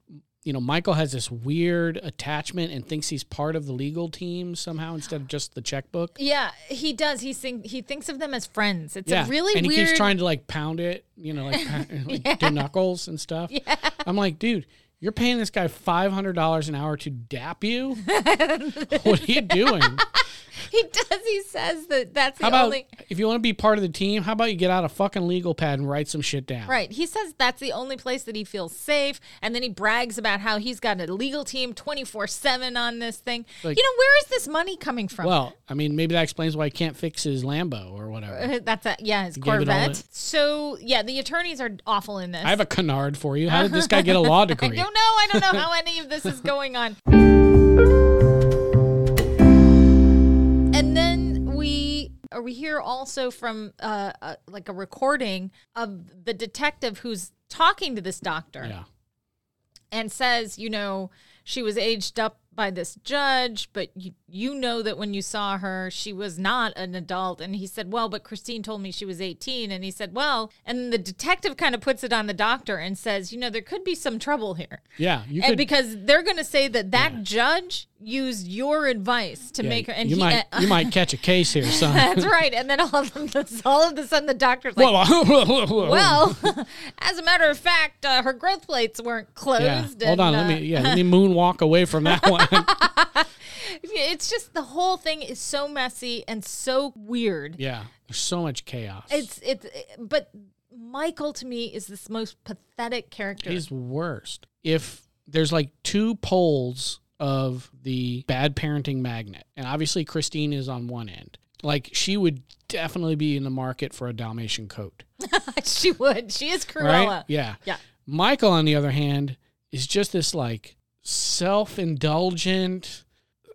[SPEAKER 2] you know, Michael has this weird attachment and thinks he's part of the legal team somehow instead of just the checkbook.
[SPEAKER 1] yeah, he does. He think, he thinks of them as friends. It's
[SPEAKER 2] yeah,
[SPEAKER 1] a really
[SPEAKER 2] and he
[SPEAKER 1] weird.
[SPEAKER 2] keeps trying to like pound it, you know, like, pound- like do knuckles and stuff. Yeah. I'm like, dude, you're paying this guy five hundred dollars an hour to
[SPEAKER 1] (laughs)
[SPEAKER 2] dap you. what are you doing?
[SPEAKER 1] (laughs) he does. He says that that's the
[SPEAKER 2] How about
[SPEAKER 1] only
[SPEAKER 2] if you want to be part of the team? How about you get out a fucking legal pad and write some shit down?
[SPEAKER 1] Right. He says that's the only place that he feels safe. And then he brags about how he's got a legal team 24 7 on this thing.
[SPEAKER 2] Like-
[SPEAKER 1] you know, where is this money coming from?
[SPEAKER 2] Well, I mean, maybe that explains why he can't fix his Lambo
[SPEAKER 1] (laughs)
[SPEAKER 2] or whatever.
[SPEAKER 1] That's a yeah, his
[SPEAKER 2] gave it all
[SPEAKER 1] Corvette.
[SPEAKER 2] to-
[SPEAKER 1] So yeah, the attorneys are awful in this.
[SPEAKER 2] I have a canard for you. How did
[SPEAKER 1] (laughs)
[SPEAKER 2] this guy get a law degree?
[SPEAKER 1] don't know. I don't know how any of this
[SPEAKER 2] (laughs)
[SPEAKER 1] is going on. And then we are we hear also from uh, uh, like a recording of the detective who's talking to this doctor
[SPEAKER 2] Yeah.
[SPEAKER 1] and says, you know, she was aged up by this judge, but you, you know that when you saw her, she was not an adult. And he said, well, but Christine told me she was 18. And he said, well, and the detective kind of puts it on the doctor and says, you know, there could be some trouble here.
[SPEAKER 2] Yeah. You
[SPEAKER 1] And
[SPEAKER 2] could.
[SPEAKER 1] because they're going to say that that judge used your advice to
[SPEAKER 2] yeah,
[SPEAKER 1] make her, and
[SPEAKER 2] you
[SPEAKER 1] he,
[SPEAKER 2] might.
[SPEAKER 1] uh,
[SPEAKER 2] you might catch a case here,
[SPEAKER 1] (laughs)
[SPEAKER 2] son.
[SPEAKER 1] that's right. And then all of, them, all of a sudden, (laughs) the doctor's like,
[SPEAKER 2] well.
[SPEAKER 1] well, (laughs) as a matter of fact, uh, her growth plates weren't closed.
[SPEAKER 2] Yeah. Hold
[SPEAKER 1] and,
[SPEAKER 2] on.
[SPEAKER 1] uh,
[SPEAKER 2] Let me.
[SPEAKER 1] (laughs)
[SPEAKER 2] Yeah. Let me moonwalk away from that one.
[SPEAKER 1] It's just the whole thing is so messy and so weird.
[SPEAKER 2] yeah. There's so much chaos.
[SPEAKER 1] It's it's but Michael to me is this most pathetic character.
[SPEAKER 2] He's the worst. If there's like two poles of the bad parenting magnet, and obviously Christine is on one end. Like she would definitely be in the market for a Dalmatian coat.
[SPEAKER 1] (laughs) she would. She is Cruella.
[SPEAKER 2] right? Yeah.
[SPEAKER 1] Yeah. (laughs)
[SPEAKER 2] Michael, on the other hand, is just this like self-indulgent,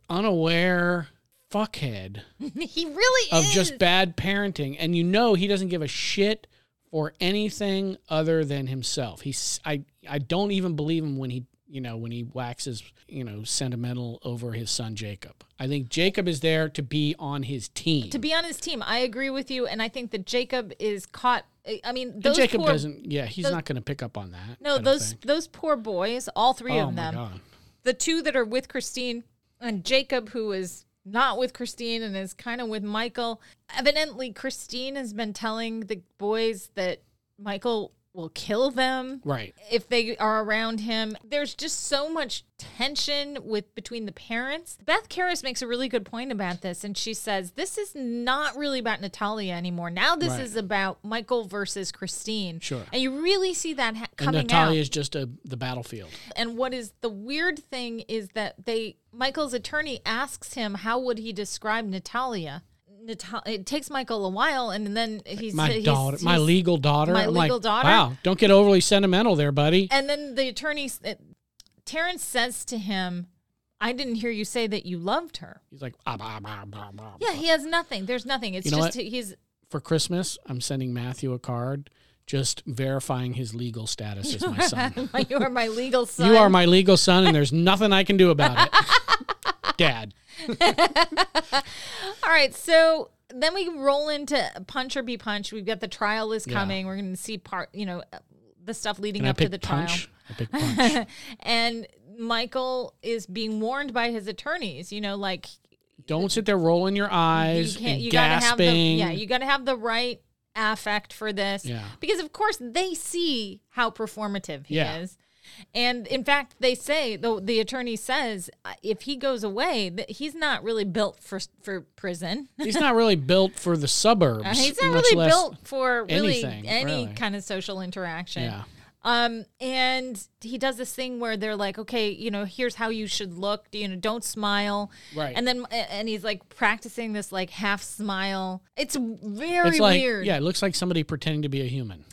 [SPEAKER 2] unaware fuckhead
[SPEAKER 1] he really
[SPEAKER 2] of
[SPEAKER 1] is.
[SPEAKER 2] just bad parenting, and you know he doesn't give a shit for anything other than himself. He's I I don't even believe him when he you know when he waxes you know sentimental over his son Jacob. I think Jacob is there to be on his team.
[SPEAKER 1] to be on his team. I agree with you, and I think that Jacob is caught. I- I mean,
[SPEAKER 2] And
[SPEAKER 1] those
[SPEAKER 2] Jacob
[SPEAKER 1] poor,
[SPEAKER 2] doesn't. Yeah, he's not going to pick up on that. I
[SPEAKER 1] No,
[SPEAKER 2] don't
[SPEAKER 1] those
[SPEAKER 2] think.
[SPEAKER 1] those poor boys, all three
[SPEAKER 2] Oh
[SPEAKER 1] of
[SPEAKER 2] my
[SPEAKER 1] them.
[SPEAKER 2] god.
[SPEAKER 1] the two that are with Christine and Jacob, who is not with Christine and is kind of with Michael. Evidently, Christine has been telling the boys that Michael will kill them
[SPEAKER 2] Right.
[SPEAKER 1] if they are around him. There's just so much tension with between the parents. Beth Karras makes a really good point about this, and she says this is not really about Natalia anymore. Now this
[SPEAKER 2] Right.
[SPEAKER 1] is about Michael versus Christine.
[SPEAKER 2] Sure.
[SPEAKER 1] and you really see that ha-
[SPEAKER 2] And
[SPEAKER 1] coming out.
[SPEAKER 2] Natalia is just a the battlefield.
[SPEAKER 1] And what is the weird thing is that they Michael's attorney asks him how would he describe Natalia. Natal- it takes Michael a while, and then he's
[SPEAKER 2] My
[SPEAKER 1] he's-
[SPEAKER 2] daughter, my
[SPEAKER 1] he's-
[SPEAKER 2] legal daughter.
[SPEAKER 1] my
[SPEAKER 2] I'm
[SPEAKER 1] legal
[SPEAKER 2] like,
[SPEAKER 1] daughter.
[SPEAKER 2] Wow, don't get overly sentimental there, buddy.
[SPEAKER 1] And then the attorney, s- uh, Terrence says to him, I didn't hear you say that you loved her.
[SPEAKER 2] He's like, ah, bah, bah, bah, bah,
[SPEAKER 1] Yeah,
[SPEAKER 2] bah."
[SPEAKER 1] he has nothing. There's nothing. It's
[SPEAKER 2] You know
[SPEAKER 1] just he's (laughs)
[SPEAKER 2] For Christmas, I'm sending Matthew a card just verifying his legal status as my
[SPEAKER 1] (laughs)
[SPEAKER 2] son.
[SPEAKER 1] you are my legal son.
[SPEAKER 2] (laughs) you are my legal son, and there's nothing I can do about it.
[SPEAKER 1] (laughs)
[SPEAKER 2] Dad.
[SPEAKER 1] All right, so then we roll into punch or be punched. We've got the trial is coming. We're going to see part, you know, the stuff leading
[SPEAKER 2] And I
[SPEAKER 1] up to
[SPEAKER 2] picked
[SPEAKER 1] the
[SPEAKER 2] punch. I
[SPEAKER 1] (laughs)
[SPEAKER 2] picked punch.
[SPEAKER 1] trial. and Michael is being warned by his attorneys, you know, like
[SPEAKER 2] Don't sit there rolling your
[SPEAKER 1] you
[SPEAKER 2] eyes
[SPEAKER 1] can't
[SPEAKER 2] and
[SPEAKER 1] you got to have the
[SPEAKER 2] gasping.
[SPEAKER 1] yeah, you (laughs) got to have the right affect for this.
[SPEAKER 2] Yeah.
[SPEAKER 1] Because of course they see how performative he
[SPEAKER 2] Yeah.
[SPEAKER 1] is. And in fact, they say the the attorney says uh, if he goes away, that he's not really built for for prison. (laughs)
[SPEAKER 2] He's not really built for the suburbs.
[SPEAKER 1] Uh, He's not
[SPEAKER 2] much
[SPEAKER 1] really
[SPEAKER 2] less-
[SPEAKER 1] built for really
[SPEAKER 2] anything,
[SPEAKER 1] any
[SPEAKER 2] really.
[SPEAKER 1] kind of social interaction.
[SPEAKER 2] Yeah.
[SPEAKER 1] Um, and he does this thing where they're like, okay, you know, here's how you should look. You know, don't smile.
[SPEAKER 2] Right.
[SPEAKER 1] And then and he's like practicing this like half smile. It's very
[SPEAKER 2] It's like,
[SPEAKER 1] weird.
[SPEAKER 2] yeah, it looks like somebody pretending to be a human.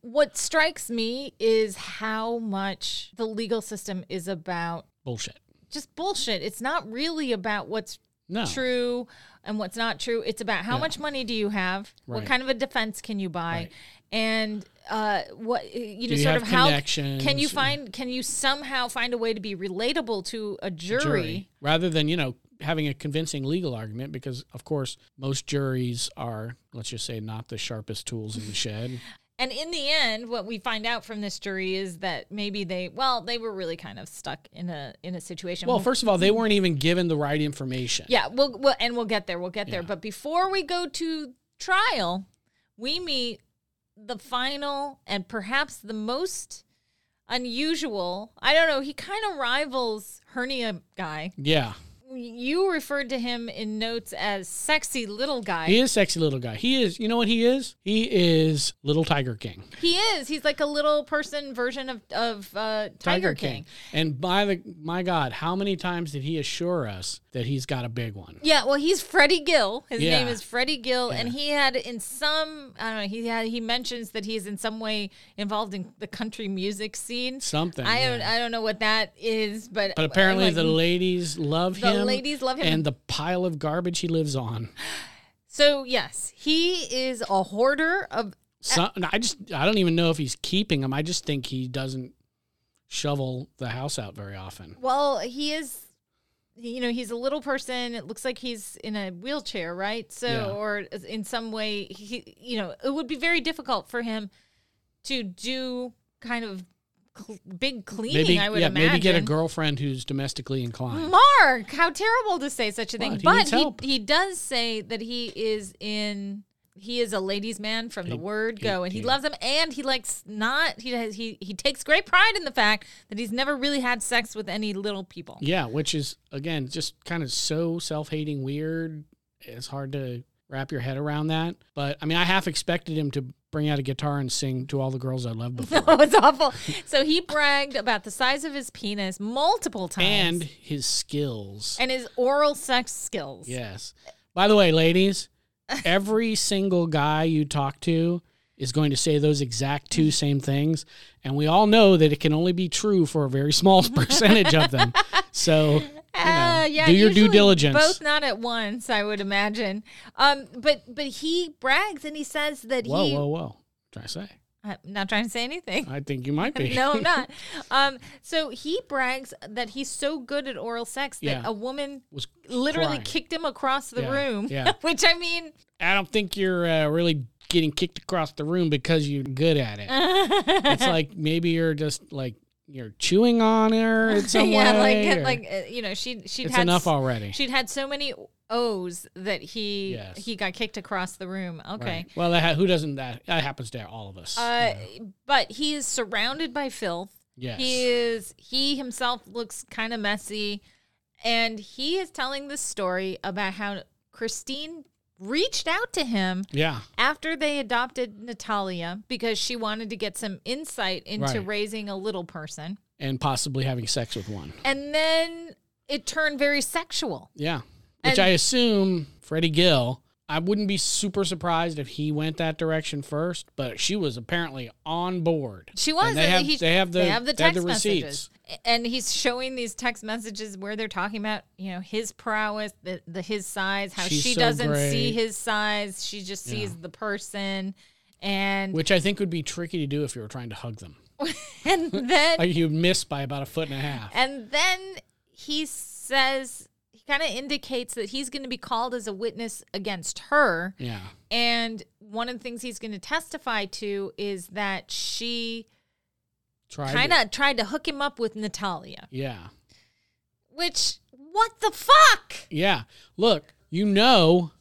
[SPEAKER 1] What strikes me is how much the legal system is about
[SPEAKER 2] Bullshit.
[SPEAKER 1] just bullshit. It's not really about what's
[SPEAKER 2] No.
[SPEAKER 1] true and what's not true. It's about how much money do you have, what
[SPEAKER 2] Right.
[SPEAKER 1] kind of a defense can you buy,
[SPEAKER 2] Right.
[SPEAKER 1] and uh, what you know,
[SPEAKER 2] you
[SPEAKER 1] sort
[SPEAKER 2] have
[SPEAKER 1] of how can you
[SPEAKER 2] connections?
[SPEAKER 1] find can you somehow find a way to be relatable to a jury?
[SPEAKER 2] jury rather than you know having a convincing legal argument because of course most juries are let's just say not the sharpest tools in the shed
[SPEAKER 1] And in the end, what we find out from this jury is that maybe they well they were really kind of stuck in a in a situation.
[SPEAKER 2] well first of all they weren't even given the right information
[SPEAKER 1] yeah, we'll, we'll and we'll get there. We'll get there. But before we go to trial, we meet the final and perhaps the most unusual. I don't know. He kind of rivals hernia guy.
[SPEAKER 2] yeah
[SPEAKER 1] You referred to him in notes as sexy little guy.
[SPEAKER 2] he is sexy little guy he is you know what he is he is little tiger king
[SPEAKER 1] He is. He's like a little person version of of uh, Tiger, King.
[SPEAKER 2] and by the my god how many times did he assure us that he's got a big one
[SPEAKER 1] Yeah, well, he's Freddie Gill. His
[SPEAKER 2] Yeah.
[SPEAKER 1] name is Freddie Gill, and he had in some I don't know. He had he mentions that he's in some way involved in the country music scene.
[SPEAKER 2] something
[SPEAKER 1] I
[SPEAKER 2] yeah.
[SPEAKER 1] don't I don't know what that is, but
[SPEAKER 2] but apparently
[SPEAKER 1] like,
[SPEAKER 2] the ladies love
[SPEAKER 1] the
[SPEAKER 2] him
[SPEAKER 1] ladies love him.
[SPEAKER 2] and the pile of garbage he lives on
[SPEAKER 1] so yes, he is a hoarder of. Uh,
[SPEAKER 2] Some, I just I don't even know if he's keeping them. I just think he doesn't shovel the house out very often.
[SPEAKER 1] Well, he is. You know, he's a little person. It looks like he's in a wheelchair, right? So,
[SPEAKER 2] Yeah.
[SPEAKER 1] or in some way, he, you know, it would be very difficult for him to do kind of cl- big cleaning.
[SPEAKER 2] Maybe
[SPEAKER 1] I would
[SPEAKER 2] yeah,
[SPEAKER 1] imagine.
[SPEAKER 2] maybe get a girlfriend who's domestically inclined.
[SPEAKER 1] Mark, how terrible to say such a thing.
[SPEAKER 2] What? He
[SPEAKER 1] but
[SPEAKER 2] needs
[SPEAKER 1] he,
[SPEAKER 2] help.
[SPEAKER 1] he, does say that he is in he is a ladies' man from the word go, and he, loves them, and he likes not he has he he takes great pride in the fact that he's never really had sex with any little people.
[SPEAKER 2] Yeah, which is again just kind of so self-hating weird. It's hard to wrap your head around that. But I mean, I half expected him to bring out a guitar and sing to all the girls I loved before.
[SPEAKER 1] (laughs) Oh, it's awful. So he bragged about the size of his penis multiple times
[SPEAKER 2] and his skills.
[SPEAKER 1] and his oral sex skills.
[SPEAKER 2] Yes. By the way,
[SPEAKER 1] (laughs)
[SPEAKER 2] ladies, every single guy you talk to is going to say those
[SPEAKER 1] (laughs)
[SPEAKER 2] exact two same things. And we all know that it can only be true for a
[SPEAKER 1] (laughs)
[SPEAKER 2] very small percentage of them. So, you know,
[SPEAKER 1] Uh, yeah,
[SPEAKER 2] do your due
[SPEAKER 1] usually
[SPEAKER 2] diligence.
[SPEAKER 1] Both not at once, I would imagine. Um, but but he brags and he says that
[SPEAKER 2] whoa,
[SPEAKER 1] he.
[SPEAKER 2] whoa, whoa. What did I say?
[SPEAKER 1] I'm not trying to say anything. (laughs)
[SPEAKER 2] (laughs) I think you might be.
[SPEAKER 1] no, I'm not. Um, so he brags that he's so good at oral sex that
[SPEAKER 2] Yeah.
[SPEAKER 1] a woman
[SPEAKER 2] Was
[SPEAKER 1] literally
[SPEAKER 2] crying.
[SPEAKER 1] kicked him across the
[SPEAKER 2] Yeah,
[SPEAKER 1] room.
[SPEAKER 2] yeah.
[SPEAKER 1] (laughs) Which I mean,
[SPEAKER 2] I don't think you're uh, really getting kicked across the room because you're good at
[SPEAKER 1] (laughs)
[SPEAKER 2] it. it's like maybe you're just like you're chewing on
[SPEAKER 1] (laughs)
[SPEAKER 2] her in some
[SPEAKER 1] yeah,
[SPEAKER 2] way.
[SPEAKER 1] like
[SPEAKER 2] or-
[SPEAKER 1] like uh, you know, she she'd
[SPEAKER 2] it's
[SPEAKER 1] had
[SPEAKER 2] enough
[SPEAKER 1] s-
[SPEAKER 2] already.
[SPEAKER 1] she'd had so many O's that he
[SPEAKER 2] Yes.
[SPEAKER 1] he got kicked across the room. Okay.
[SPEAKER 2] Right. Well, that ha- who doesn't that that happens to all of us.
[SPEAKER 1] Uh, but he is surrounded by filth.
[SPEAKER 2] yes.
[SPEAKER 1] He is he himself looks kind of messy and he is telling this story about how Christine reached out to him
[SPEAKER 2] yeah.
[SPEAKER 1] after they adopted Natalia because she wanted to get some insight into
[SPEAKER 2] Right.
[SPEAKER 1] raising a little person.
[SPEAKER 2] And possibly having sex with one.
[SPEAKER 1] And then it turned very sexual.
[SPEAKER 2] Yeah. Which
[SPEAKER 1] And-
[SPEAKER 2] I assume Freddie Gill. I wouldn't be super surprised if he went that direction first, but she was apparently on board.
[SPEAKER 1] She was.
[SPEAKER 2] And they
[SPEAKER 1] and
[SPEAKER 2] have
[SPEAKER 1] he-
[SPEAKER 2] they have the
[SPEAKER 1] they have the text messages.
[SPEAKER 2] receipts.
[SPEAKER 1] and he's showing these text messages where they're talking about you know his prowess the, the his size how
[SPEAKER 2] She's
[SPEAKER 1] she
[SPEAKER 2] so
[SPEAKER 1] doesn't
[SPEAKER 2] great.
[SPEAKER 1] see his size she just sees
[SPEAKER 2] Yeah.
[SPEAKER 1] the person and
[SPEAKER 2] which I think would be tricky to do if you were trying to hug them.
[SPEAKER 1] (laughs)
[SPEAKER 2] (laughs)
[SPEAKER 1] and then
[SPEAKER 2] Like you'd miss by about a foot and a half.
[SPEAKER 1] and then he says he kind of indicates that he's going to be called as a witness against her
[SPEAKER 2] Yeah.
[SPEAKER 1] and one of the things he's going to testify to is that she
[SPEAKER 2] Try
[SPEAKER 1] kind of tried to hook him up with Natalia
[SPEAKER 2] Yeah.
[SPEAKER 1] which what the fuck
[SPEAKER 2] Yeah. Look, you know,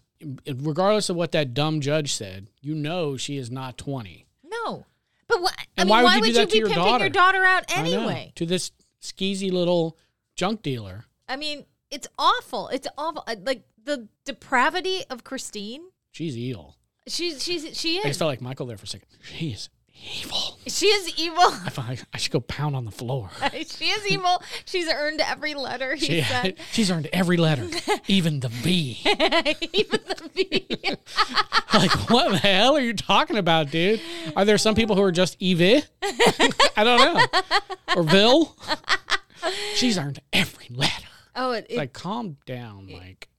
[SPEAKER 2] regardless of what that dumb judge said, you know she is not 20.
[SPEAKER 1] No. But wh- I
[SPEAKER 2] And
[SPEAKER 1] mean,
[SPEAKER 2] why
[SPEAKER 1] why,
[SPEAKER 2] would you do
[SPEAKER 1] would
[SPEAKER 2] that
[SPEAKER 1] you, be
[SPEAKER 2] to your
[SPEAKER 1] pimping
[SPEAKER 2] daughter?
[SPEAKER 1] your daughter out
[SPEAKER 2] I know.
[SPEAKER 1] anyway?
[SPEAKER 2] To this skeezy little junk dealer.
[SPEAKER 1] I, mean, it's awful. It's awful. I- Like the depravity of Christine.
[SPEAKER 2] She's evil.
[SPEAKER 1] She's she's she
[SPEAKER 2] I just
[SPEAKER 1] is
[SPEAKER 2] felt like Michael there for a second. She is evil.
[SPEAKER 1] she is evil. (laughs)
[SPEAKER 2] I, felt like I should go pound on the floor.
[SPEAKER 1] she is evil. She's earned every letter he
[SPEAKER 2] She-
[SPEAKER 1] said.
[SPEAKER 2] (laughs) she's earned
[SPEAKER 1] (laughs)
[SPEAKER 2] every letter, even the V.
[SPEAKER 1] Even the V.
[SPEAKER 2] (laughs) like, what the hell are you talking about, dude? Are there some people who are just EV? (laughs) I don't know. Or Vil?
[SPEAKER 1] (laughs)
[SPEAKER 2] She's earned every letter.
[SPEAKER 1] oh, it, it,
[SPEAKER 2] Like, calm down, Mike.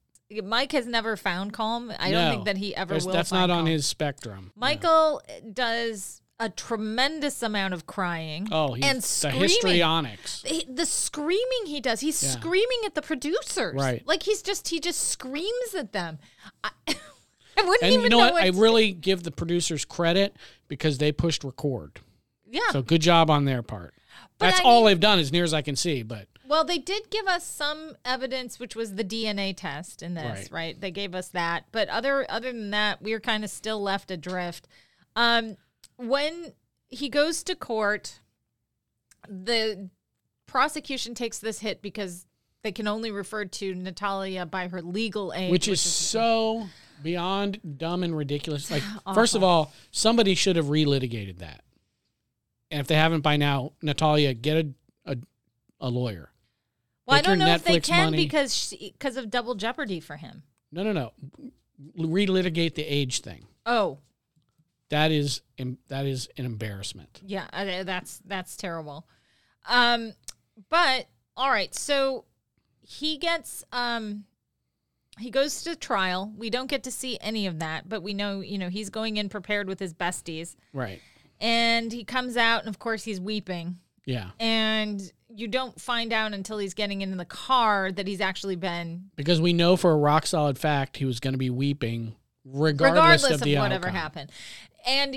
[SPEAKER 1] Mike has never found calm. I don't
[SPEAKER 2] No,
[SPEAKER 1] think that he ever
[SPEAKER 2] there's-
[SPEAKER 1] will.
[SPEAKER 2] That's
[SPEAKER 1] find
[SPEAKER 2] not on
[SPEAKER 1] calm.
[SPEAKER 2] his spectrum.
[SPEAKER 1] Michael does a tremendous amount of crying.
[SPEAKER 2] Oh, he's
[SPEAKER 1] and
[SPEAKER 2] the
[SPEAKER 1] screaming.
[SPEAKER 2] histrionics.
[SPEAKER 1] he- the screaming he does he's
[SPEAKER 2] Yeah.
[SPEAKER 1] screaming at the producers
[SPEAKER 2] Right.
[SPEAKER 1] like he's just he just screams at them i, (laughs) I wouldn't
[SPEAKER 2] And
[SPEAKER 1] even
[SPEAKER 2] you know what? I
[SPEAKER 1] it's-
[SPEAKER 2] really give the producers credit because they pushed record.
[SPEAKER 1] yeah
[SPEAKER 2] So good job on their part.
[SPEAKER 1] But
[SPEAKER 2] That's
[SPEAKER 1] I
[SPEAKER 2] all
[SPEAKER 1] mean-
[SPEAKER 2] they've done, as near as I can see. But
[SPEAKER 1] well they did give us some evidence which was the dna test in this
[SPEAKER 2] Right.
[SPEAKER 1] right, they gave us that but other other than that we are kind of still left adrift um when he goes to court the prosecution takes this hit because they can only refer to Natalia by her legal age,
[SPEAKER 2] which is so beyond dumb and ridiculous.
[SPEAKER 1] (sighs)
[SPEAKER 2] Like, first of
[SPEAKER 1] Awful.
[SPEAKER 2] all, somebody should have relitigated that. And if they haven't by now, Natalia, get a a, a lawyer.
[SPEAKER 1] Well, I
[SPEAKER 2] Take your
[SPEAKER 1] don't know if they
[SPEAKER 2] Netflix
[SPEAKER 1] can
[SPEAKER 2] money.
[SPEAKER 1] because because of double jeopardy for him.
[SPEAKER 2] No, no, no. Relitigate the age thing.
[SPEAKER 1] Oh,
[SPEAKER 2] That is em- that is an embarrassment.
[SPEAKER 1] yeah, I- that's that's terrible. Um, but all right, so he gets um he goes to trial. We don't get to see any of that, but we know you know he's going in prepared with his besties,
[SPEAKER 2] Right.
[SPEAKER 1] and he comes out, and of course he's weeping.
[SPEAKER 2] Yeah.
[SPEAKER 1] And you don't find out until he's getting into the car that he's actually been,
[SPEAKER 2] Because we know for a rock solid fact he was going to be weeping regardless,
[SPEAKER 1] regardless,
[SPEAKER 2] of,
[SPEAKER 1] of,
[SPEAKER 2] the
[SPEAKER 1] whatever
[SPEAKER 2] outcome.
[SPEAKER 1] happened. And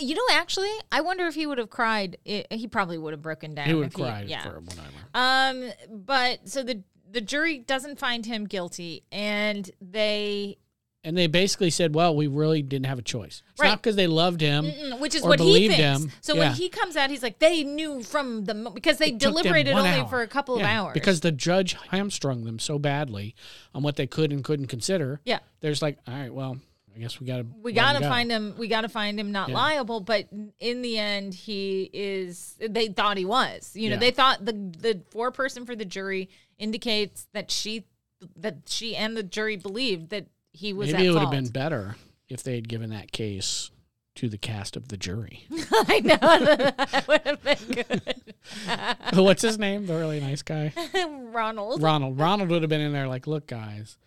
[SPEAKER 1] you know, actually, I wonder if he would have cried. It, he probably would have broken down.
[SPEAKER 2] He would have
[SPEAKER 1] if
[SPEAKER 2] cried
[SPEAKER 1] yeah.
[SPEAKER 2] for whatever.
[SPEAKER 1] Um, but so the the jury doesn't find him guilty, and they,
[SPEAKER 2] And they basically said, "Well, we really didn't have a choice. It's
[SPEAKER 1] Right.
[SPEAKER 2] not because they loved him.
[SPEAKER 1] mm, which is
[SPEAKER 2] Or
[SPEAKER 1] what he
[SPEAKER 2] believed
[SPEAKER 1] thinks.
[SPEAKER 2] him,
[SPEAKER 1] So
[SPEAKER 2] yeah.
[SPEAKER 1] when he comes out, he's like, they knew from the mo- because they
[SPEAKER 2] took them
[SPEAKER 1] deliberated
[SPEAKER 2] one
[SPEAKER 1] only
[SPEAKER 2] hour.
[SPEAKER 1] for a couple
[SPEAKER 2] Yeah,
[SPEAKER 1] of hours
[SPEAKER 2] because the judge hamstrung them so badly on what they could and couldn't consider.
[SPEAKER 1] yeah.
[SPEAKER 2] There's like, all right, well, I guess we got to
[SPEAKER 1] We gotta find him. We gotta find him not
[SPEAKER 2] Yeah.
[SPEAKER 1] liable. But in the end, he is. They thought he was. You know,
[SPEAKER 2] Yeah.
[SPEAKER 1] they thought the the foreperson for the jury indicates that she that she and the jury believed that he was.
[SPEAKER 2] Maybe
[SPEAKER 1] at
[SPEAKER 2] it would have
[SPEAKER 1] fault.
[SPEAKER 2] been better if they had given that case to the cast of
[SPEAKER 1] (laughs)
[SPEAKER 2] the jury.
[SPEAKER 1] (laughs)
[SPEAKER 2] (laughs)
[SPEAKER 1] I know (laughs) that would have been good.
[SPEAKER 2] What's his name? The really nice guy,
[SPEAKER 1] (laughs) Ronald.
[SPEAKER 2] Ronald. Ronald would have been in there like, look, guys.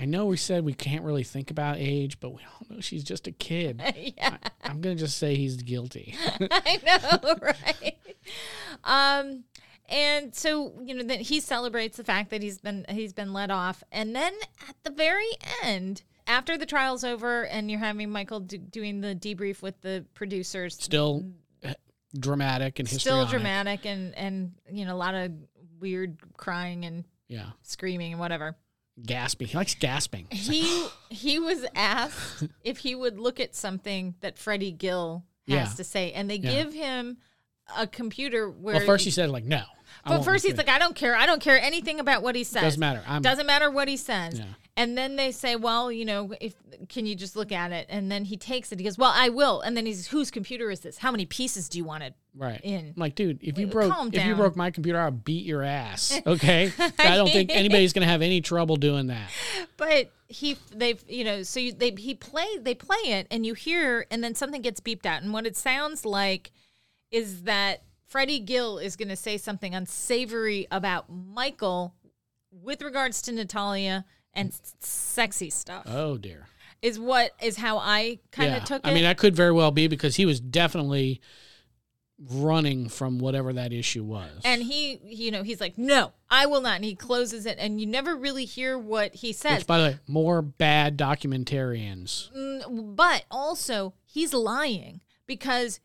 [SPEAKER 2] I know we said we can't really think about age, but we all know she's just a kid.
[SPEAKER 1] (laughs) yeah,
[SPEAKER 2] I'm gonna just say he's guilty.
[SPEAKER 1] I know, (laughs) right? Um, and so you know that he celebrates the fact that he's been he's been let off, and then at the very end, after the trial's over, and you're having Michael do, doing the debrief with the producers,
[SPEAKER 2] Still eh, dramatic and
[SPEAKER 1] still
[SPEAKER 2] histrionic.
[SPEAKER 1] dramatic, and and you know a lot of weird crying and
[SPEAKER 2] Yeah,
[SPEAKER 1] screaming and whatever.
[SPEAKER 2] gasping. He likes gasping.
[SPEAKER 1] he
[SPEAKER 2] (gasps)
[SPEAKER 1] he was asked if he would look at something that Freddie Gill has
[SPEAKER 2] Yeah.
[SPEAKER 1] to say, and they
[SPEAKER 2] Yeah.
[SPEAKER 1] give him a computer where.
[SPEAKER 2] Well, first he said like no. I
[SPEAKER 1] but
[SPEAKER 2] won't
[SPEAKER 1] first
[SPEAKER 2] look
[SPEAKER 1] he's
[SPEAKER 2] at
[SPEAKER 1] like, I don't care. I don't care anything about what he
[SPEAKER 2] it.
[SPEAKER 1] says.
[SPEAKER 2] doesn't matter. I'm
[SPEAKER 1] Doesn't matter what he says.
[SPEAKER 2] Yeah.
[SPEAKER 1] And then they say, well, you know, if can you just look at it? And then he takes it. He goes, well, I will. And then he's, whose computer is this? How many pieces do you want it?
[SPEAKER 2] right.
[SPEAKER 1] in.
[SPEAKER 2] I'm like, dude, if you
[SPEAKER 1] Wait,
[SPEAKER 2] broke
[SPEAKER 1] calm
[SPEAKER 2] if you
[SPEAKER 1] down.
[SPEAKER 2] broke my computer, I'll beat your ass. Okay, I don't think anybody's gonna have any trouble doing that.
[SPEAKER 1] But he, they, you know, so you, they he play they play it, and you hear, and then something gets beeped out, and what it sounds like is that Freddie Gill is going to say something unsavory about Michael with regards to Natalia and s- sexy stuff.
[SPEAKER 2] Oh dear.
[SPEAKER 1] is what is how I kind of took it.
[SPEAKER 2] I mean, that could very well be because he was definitely running from whatever that issue was.
[SPEAKER 1] and he, you know, he's like, "No, I will not." And he closes it, and you never really hear what he says.
[SPEAKER 2] Which, by the way, more bad documentarians.
[SPEAKER 1] Mm, but also he's lying because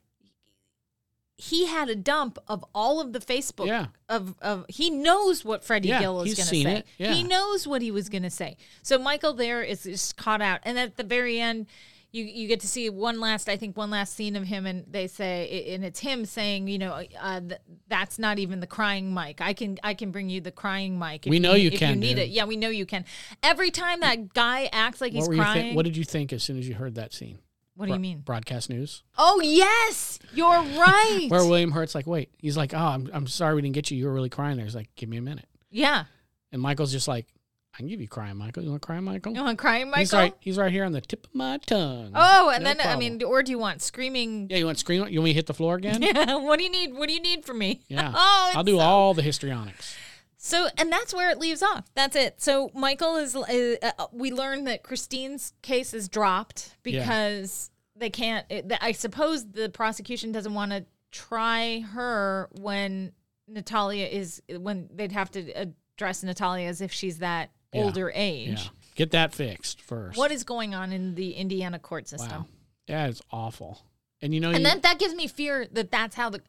[SPEAKER 1] he had a dump of all of the Facebook
[SPEAKER 2] Yeah.
[SPEAKER 1] of of he knows what Freddie
[SPEAKER 2] Yeah,
[SPEAKER 1] Gill is
[SPEAKER 2] he's
[SPEAKER 1] going to
[SPEAKER 2] seen
[SPEAKER 1] say.
[SPEAKER 2] it. Yeah.
[SPEAKER 1] He knows what he was going to say. So Michael there is just caught out, and at the very end. You, you get to see one last I think one last scene of him and they say and it's him saying you know uh, th- that's not even the crying mic I can I can bring you the crying mic if
[SPEAKER 2] We know you
[SPEAKER 1] if you
[SPEAKER 2] can,
[SPEAKER 1] need
[SPEAKER 2] dude.
[SPEAKER 1] it yeah we know you can every time that guy acts like he's
[SPEAKER 2] what were you
[SPEAKER 1] crying
[SPEAKER 2] think? What did you think as soon as you heard that scene?
[SPEAKER 1] what do you mean?
[SPEAKER 2] Broadcast news,
[SPEAKER 1] Oh yes, you're right.
[SPEAKER 2] where William Hurt's like, "Wait," he's like, "Oh, I'm, I'm sorry we didn't get you. You were really crying there." He's like, "Give me a minute,"
[SPEAKER 1] yeah,
[SPEAKER 2] and Michael's just like, "I can give you crying, Michael. You want crying, Michael?"
[SPEAKER 1] you want crying, Michael?
[SPEAKER 2] He's right. He's right here on the tip of my tongue.
[SPEAKER 1] Oh, and
[SPEAKER 2] No
[SPEAKER 1] then I
[SPEAKER 2] problem.
[SPEAKER 1] mean, or do you want screaming? (laughs)
[SPEAKER 2] yeah, you want scream? You want me to hit the floor again?
[SPEAKER 1] what do you need? What do you need from me?
[SPEAKER 2] Yeah.
[SPEAKER 1] (laughs) oh,
[SPEAKER 2] I'll
[SPEAKER 1] it's
[SPEAKER 2] do all the histrionics.
[SPEAKER 1] So, and that's where it leaves off. That's it. So, Michael is, is uh, we learned that Christine's case is dropped
[SPEAKER 2] Yeah.
[SPEAKER 1] because they can't, it, I suppose the prosecution doesn't want to try her when Natalia is, when they'd have to address Natalia as if she's that
[SPEAKER 2] Yeah.
[SPEAKER 1] older
[SPEAKER 2] Yeah.
[SPEAKER 1] age.
[SPEAKER 2] Get that fixed first.
[SPEAKER 1] What is going on in the Indiana court system?
[SPEAKER 2] Wow. That is awful. And you know,
[SPEAKER 1] And
[SPEAKER 2] you
[SPEAKER 1] then that gives me fear that that's how the,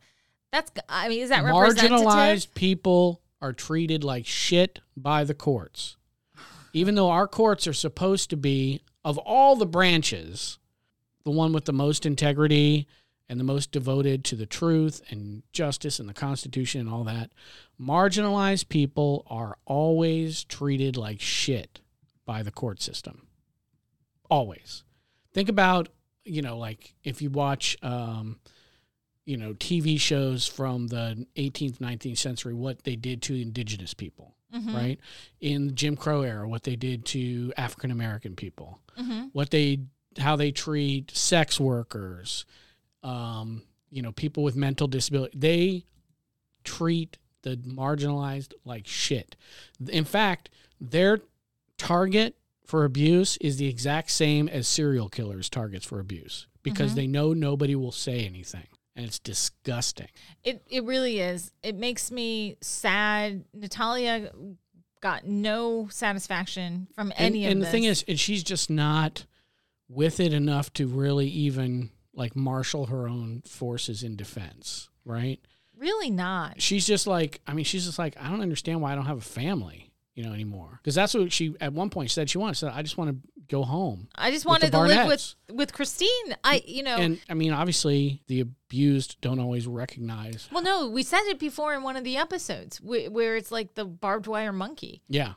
[SPEAKER 1] that's, I mean, is that representative?
[SPEAKER 2] marginalized people are treated like shit by the courts. Even though our courts are supposed to be, of all the branches, the one with the most integrity and the most devoted to the truth and justice and the Constitution and all that, marginalized people are always treated like shit by the court system. Always. Think about, you know, like if you watch, um, you know, TV shows from the 18th, 19th century, what they did to indigenous people,
[SPEAKER 1] Mhm.
[SPEAKER 2] right? In the Jim Crow era, what they did to African American people,
[SPEAKER 1] Mhm.
[SPEAKER 2] what they, how they treat sex workers, um, you know, people with mental disability. They treat the marginalized like shit. In fact, their target for abuse is the exact same as serial killers' targets for abuse because
[SPEAKER 1] Mm-hmm.
[SPEAKER 2] they know nobody will say anything. And it's disgusting.
[SPEAKER 1] It it really is. It makes me sad. Natalia got no satisfaction from
[SPEAKER 2] And,
[SPEAKER 1] any of
[SPEAKER 2] and the
[SPEAKER 1] this.
[SPEAKER 2] thing is, and she's just not with it enough to really even like marshal her own forces in defense, right?
[SPEAKER 1] really not.
[SPEAKER 2] she's just like i mean she's just like i don't understand why i don't have a family you know anymore because that's what she at one point said she wanted she said i just want to go home
[SPEAKER 1] I just
[SPEAKER 2] with
[SPEAKER 1] wanted
[SPEAKER 2] the
[SPEAKER 1] to live with
[SPEAKER 2] Barnetts.
[SPEAKER 1] with Christine. I you know.
[SPEAKER 2] and i mean obviously the abused don't always recognize
[SPEAKER 1] well, no, we said it before in one of the episodes wh- where it's like the barbed wire monkey.
[SPEAKER 2] yeah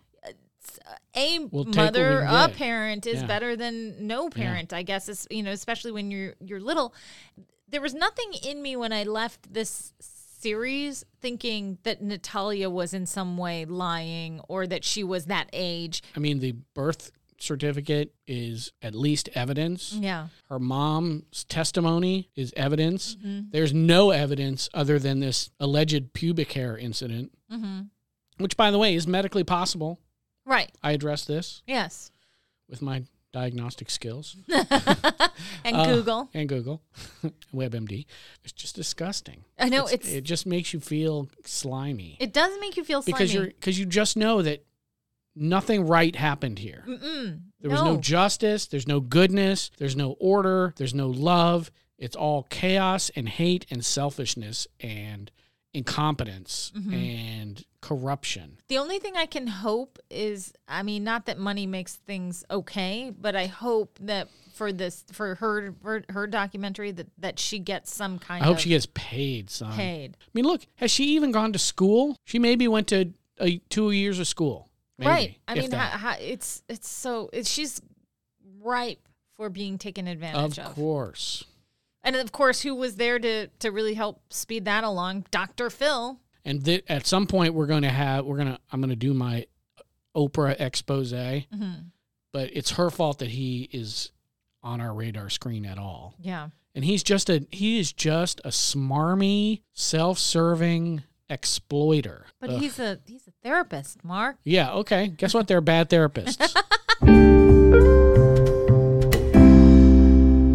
[SPEAKER 1] A
[SPEAKER 2] We'll take what we
[SPEAKER 1] mother,
[SPEAKER 2] can
[SPEAKER 1] a
[SPEAKER 2] get.
[SPEAKER 1] parent is
[SPEAKER 2] Yeah.
[SPEAKER 1] better than no parent, I guess. Is you know, especially when you're you're little. There was nothing in me when I left this series thinking that Natalia was in some way lying or that she was that age.
[SPEAKER 2] i mean the birth certificate is at least evidence
[SPEAKER 1] Yeah.
[SPEAKER 2] her mom's testimony is evidence there's no evidence other than this alleged pubic hair incident
[SPEAKER 1] hmm
[SPEAKER 2] which by the way is medically possible
[SPEAKER 1] Right.
[SPEAKER 2] i address this
[SPEAKER 1] Yes.
[SPEAKER 2] with my diagnostic skills
[SPEAKER 1] And
[SPEAKER 2] Uh,
[SPEAKER 1] Google.
[SPEAKER 2] and Google, (laughs) WebMD. It's just disgusting.
[SPEAKER 1] I know
[SPEAKER 2] It's-
[SPEAKER 1] it's,
[SPEAKER 2] it just makes you feel slimy
[SPEAKER 1] it does make you feel slimy.
[SPEAKER 2] because you're because you just know that nothing right happened here.
[SPEAKER 1] Mm-mm.
[SPEAKER 2] There was no justice. There's no goodness. There's no order. There's no love. It's all chaos and hate and selfishness and incompetence
[SPEAKER 1] Mm-hmm.
[SPEAKER 2] and corruption.
[SPEAKER 1] The only thing I can hope is, I mean, not that money makes things okay, but I hope that for this, for her, for her documentary, that that she gets some kind
[SPEAKER 2] I hope
[SPEAKER 1] of
[SPEAKER 2] she gets paid, son.
[SPEAKER 1] paid.
[SPEAKER 2] I mean, look, has she even gone to school? She maybe went to uh, two years of school. Maybe,
[SPEAKER 1] right? I
[SPEAKER 2] if
[SPEAKER 1] mean,
[SPEAKER 2] that.
[SPEAKER 1] how, how, it's it's so it's, she's ripe for being taken advantage of,
[SPEAKER 2] of course.
[SPEAKER 1] and of course, who was there to to really help speed that along? Doctor Phil.
[SPEAKER 2] and th- at some point we're going to have we're going to i'm going to do my oprah expose
[SPEAKER 1] Mhm.
[SPEAKER 2] but it's her fault that he is on our radar screen at all
[SPEAKER 1] Yeah,
[SPEAKER 2] and he's just a he is just a smarmy, self-serving exploiter.
[SPEAKER 1] But
[SPEAKER 2] Ugh.
[SPEAKER 1] he's a he's a therapist, Mark.
[SPEAKER 2] yeah, okay. Guess what? They're bad
[SPEAKER 1] (laughs)
[SPEAKER 2] therapists.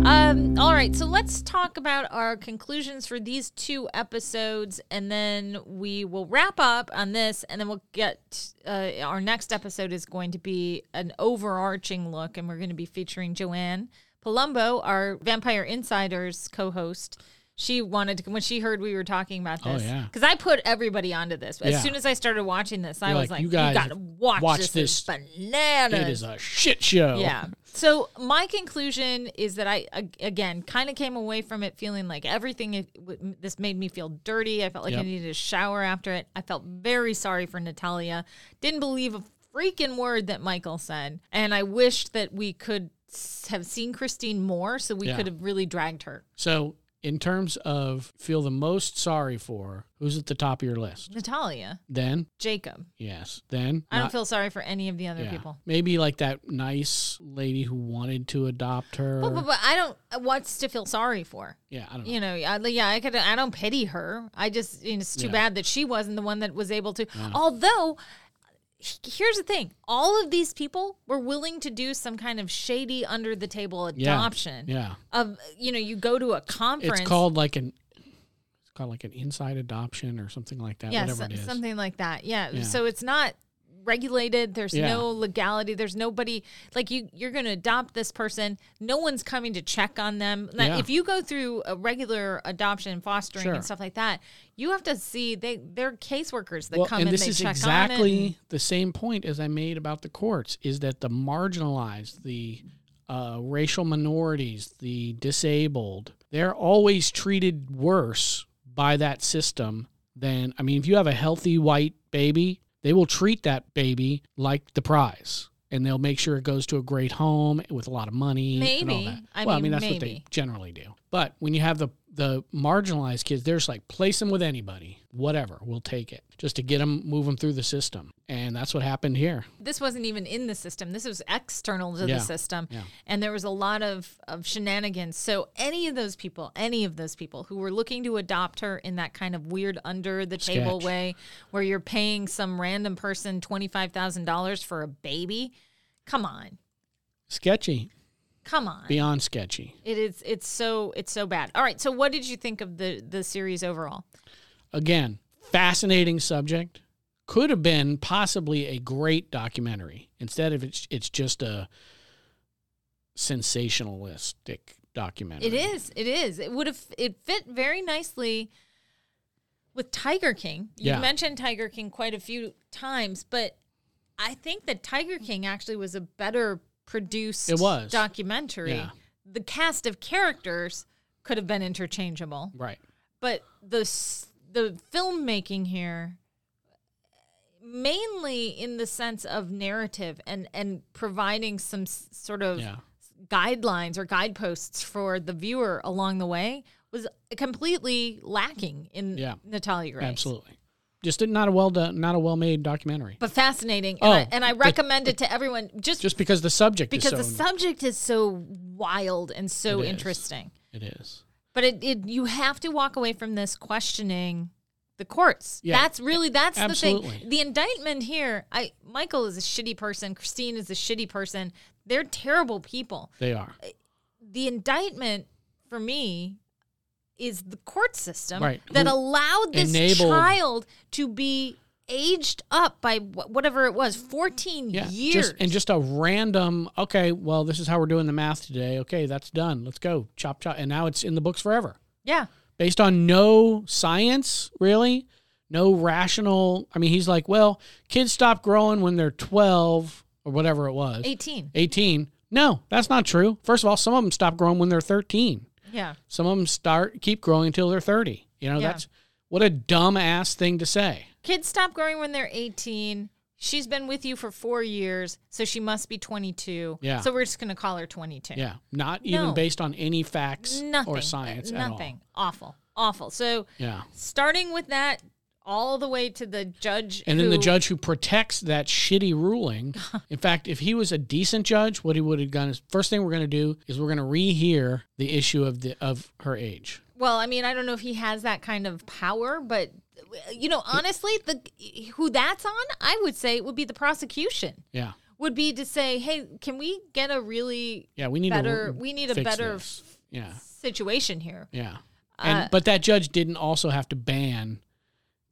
[SPEAKER 1] Um, all right, so let's talk about our conclusions for these two episodes, and then we will wrap up on this, and then we'll get uh, our next episode is going to be an overarching look, and we're going to be featuring Joanne Palumbo, our Vampire Insiders co-host. She wanted to when she heard we were talking about
[SPEAKER 2] Oh,
[SPEAKER 1] this
[SPEAKER 2] yeah.
[SPEAKER 1] because I put everybody onto this. As
[SPEAKER 2] Yeah.
[SPEAKER 1] soon as I started watching this, I
[SPEAKER 2] You're
[SPEAKER 1] was
[SPEAKER 2] like,
[SPEAKER 1] like,
[SPEAKER 2] "You
[SPEAKER 1] "You,
[SPEAKER 2] guys
[SPEAKER 1] gotta watch,
[SPEAKER 2] watch
[SPEAKER 1] this,
[SPEAKER 2] this.
[SPEAKER 1] bananas."
[SPEAKER 2] it is a shit show.
[SPEAKER 1] Yeah. (laughs) So my conclusion is that I ag- again kind of came away from it feeling like everything it, w- this made me feel dirty. I felt like I
[SPEAKER 2] Yep.
[SPEAKER 1] needed a shower after it. I felt very sorry for Natalia. Didn't believe a freaking word that Michael said, and I wished that we could s- have seen Christine more so we
[SPEAKER 2] Yeah.
[SPEAKER 1] could have really dragged her.
[SPEAKER 2] So, in terms of feel the most sorry for, who's at the top of your list?
[SPEAKER 1] Natalia,
[SPEAKER 2] Then,
[SPEAKER 1] Jacob.
[SPEAKER 2] yes. Then,
[SPEAKER 1] I don't
[SPEAKER 2] not-
[SPEAKER 1] feel sorry for any of the other
[SPEAKER 2] yeah.
[SPEAKER 1] people.
[SPEAKER 2] Maybe like that nice lady who wanted to adopt her.
[SPEAKER 1] But, but, but I don't uh, what's to feel sorry for.
[SPEAKER 2] yeah, I don't know.
[SPEAKER 1] you know, I, yeah, I could. I don't pity her. I just, you know, it's too
[SPEAKER 2] Yeah.
[SPEAKER 1] bad that she wasn't the one that was able to. Although, h- here's the thing: all of these people were willing to do some kind of shady, under the table
[SPEAKER 2] Yeah.
[SPEAKER 1] adoption
[SPEAKER 2] Yeah.
[SPEAKER 1] of, you know, you go to a conference.
[SPEAKER 2] It's called like an it's called like an inside adoption or something like that,
[SPEAKER 1] yeah,
[SPEAKER 2] whatever
[SPEAKER 1] so-
[SPEAKER 2] it is.
[SPEAKER 1] something like that. Yeah.
[SPEAKER 2] Yeah.
[SPEAKER 1] So it's not regulated. There's
[SPEAKER 2] Yeah.
[SPEAKER 1] no legality. There's nobody like you. You're going to adopt this person. No one's coming to check on them. Now,
[SPEAKER 2] Yeah.
[SPEAKER 1] If you go through a regular adoption, fostering,
[SPEAKER 2] Sure.
[SPEAKER 1] and stuff like that, you have to see they they're caseworkers that
[SPEAKER 2] well,
[SPEAKER 1] come
[SPEAKER 2] and
[SPEAKER 1] and
[SPEAKER 2] this
[SPEAKER 1] they
[SPEAKER 2] is
[SPEAKER 1] check
[SPEAKER 2] exactly
[SPEAKER 1] on it.
[SPEAKER 2] the same point as I made about the courts is that the marginalized, the uh, racial minorities, the disabled, they're always treated worse by that system than I mean, if you have a healthy white baby, they will treat that baby like the prize. And they'll make sure it goes to a great home with a lot of money. and all
[SPEAKER 1] Maybe.
[SPEAKER 2] that.
[SPEAKER 1] I
[SPEAKER 2] well, I
[SPEAKER 1] mean,
[SPEAKER 2] mean that's what
[SPEAKER 1] maybe.
[SPEAKER 2] they generally do. But when you have the the marginalized kids, there's like place them with anybody, whatever, we'll take it just to get them, move them through the system, and that's what happened here.
[SPEAKER 1] This wasn't even in the system. This was external to
[SPEAKER 2] Yeah.
[SPEAKER 1] the system.
[SPEAKER 2] Yeah.
[SPEAKER 1] And there was a lot of, of shenanigans. So any of those people, any of those people who were looking to adopt her in that kind of weird under the table
[SPEAKER 2] Sketch.
[SPEAKER 1] way where you're paying some random person twenty five thousand dollars for a baby, come on.
[SPEAKER 2] Sketchy,
[SPEAKER 1] Come on.
[SPEAKER 2] beyond sketchy.
[SPEAKER 1] it is it's so it's so bad. All right. So what did you think of the the series overall?
[SPEAKER 2] Again, fascinating subject. Could have been possibly a great documentary. Instead of it's it's just a sensationalistic documentary.
[SPEAKER 1] It is. It is. It would have. It fit very nicely with Tiger King. You
[SPEAKER 2] Yeah.
[SPEAKER 1] mentioned Tiger King quite a few times, but I think that Tiger King actually was a better produced
[SPEAKER 2] It was.
[SPEAKER 1] documentary.
[SPEAKER 2] Yeah.
[SPEAKER 1] The cast of characters could have been interchangeable,
[SPEAKER 2] right.
[SPEAKER 1] but the s- the filmmaking here mainly in the sense of narrative and and providing some s- sort of
[SPEAKER 2] Yeah.
[SPEAKER 1] guidelines or guideposts for the viewer along the way was completely lacking in
[SPEAKER 2] Yeah.
[SPEAKER 1] Natalia Grace.
[SPEAKER 2] Absolutely. Just not a well done, not a well made documentary.
[SPEAKER 1] But fascinating. and,
[SPEAKER 2] Oh,
[SPEAKER 1] I, and I
[SPEAKER 2] the-
[SPEAKER 1] recommend it to everyone just,
[SPEAKER 2] Just because the subject
[SPEAKER 1] because the
[SPEAKER 2] is so
[SPEAKER 1] subject is so wild and so
[SPEAKER 2] It is.
[SPEAKER 1] interesting.
[SPEAKER 2] it is.
[SPEAKER 1] But it, it you have to walk away from this questioning the courts.
[SPEAKER 2] Yeah.
[SPEAKER 1] That's really that's the
[SPEAKER 2] Absolutely.
[SPEAKER 1] thing. The indictment here, I Michael is a shitty person, Christine is a shitty person. They're terrible people.
[SPEAKER 2] They are.
[SPEAKER 1] Uh, the indictment for me is the court system
[SPEAKER 2] Right.
[SPEAKER 1] that
[SPEAKER 2] Who
[SPEAKER 1] allowed this
[SPEAKER 2] enabled-
[SPEAKER 1] child to be aged up by wh- whatever it was 14
[SPEAKER 2] Yeah.
[SPEAKER 1] years
[SPEAKER 2] Just, and just a random, okay, well, this is how we're doing the math today. Okay, that's done. Let's go. Chop, chop. And now it's in the books forever.
[SPEAKER 1] yeah
[SPEAKER 2] Based on no science, really, no rational. I mean, he's like, well, kids stop growing when they're 12 or whatever it was,
[SPEAKER 1] 18
[SPEAKER 2] 18. No, that's not true. First of all, some of them stop growing when they're 13.
[SPEAKER 1] yeah
[SPEAKER 2] Some of them start, keep growing until they're 30. You know,
[SPEAKER 1] Yeah.
[SPEAKER 2] that's what a dumbass thing to say.
[SPEAKER 1] kids stop growing when they're 18 she's been with you for four years so she must be 22
[SPEAKER 2] Yeah.
[SPEAKER 1] so we're just going to call her 22
[SPEAKER 2] Yeah. Not even
[SPEAKER 1] No.
[SPEAKER 2] based on any facts
[SPEAKER 1] nothing
[SPEAKER 2] or science at all.
[SPEAKER 1] nothing awful awful so
[SPEAKER 2] Yeah.
[SPEAKER 1] starting with that all the way to the judge.
[SPEAKER 2] And then the
[SPEAKER 1] who-
[SPEAKER 2] judge who protects that
[SPEAKER 1] (laughs)
[SPEAKER 2] shitty ruling. in fact, if he was a decent judge, what he would have done is first thing we're going to do is we're going to rehear the issue of the of her age.
[SPEAKER 1] Well, I mean, I don't know if he has that kind of power, but you know, honestly, the who that's on, I would say would be the prosecution.
[SPEAKER 2] Yeah,
[SPEAKER 1] Would be to say, hey, can we get a really
[SPEAKER 2] yeah. We need
[SPEAKER 1] better?
[SPEAKER 2] To,
[SPEAKER 1] we need a
[SPEAKER 2] fix
[SPEAKER 1] better uh,
[SPEAKER 2] this. Yeah,
[SPEAKER 1] situation here.
[SPEAKER 2] yeah. And but that judge didn't also have to ban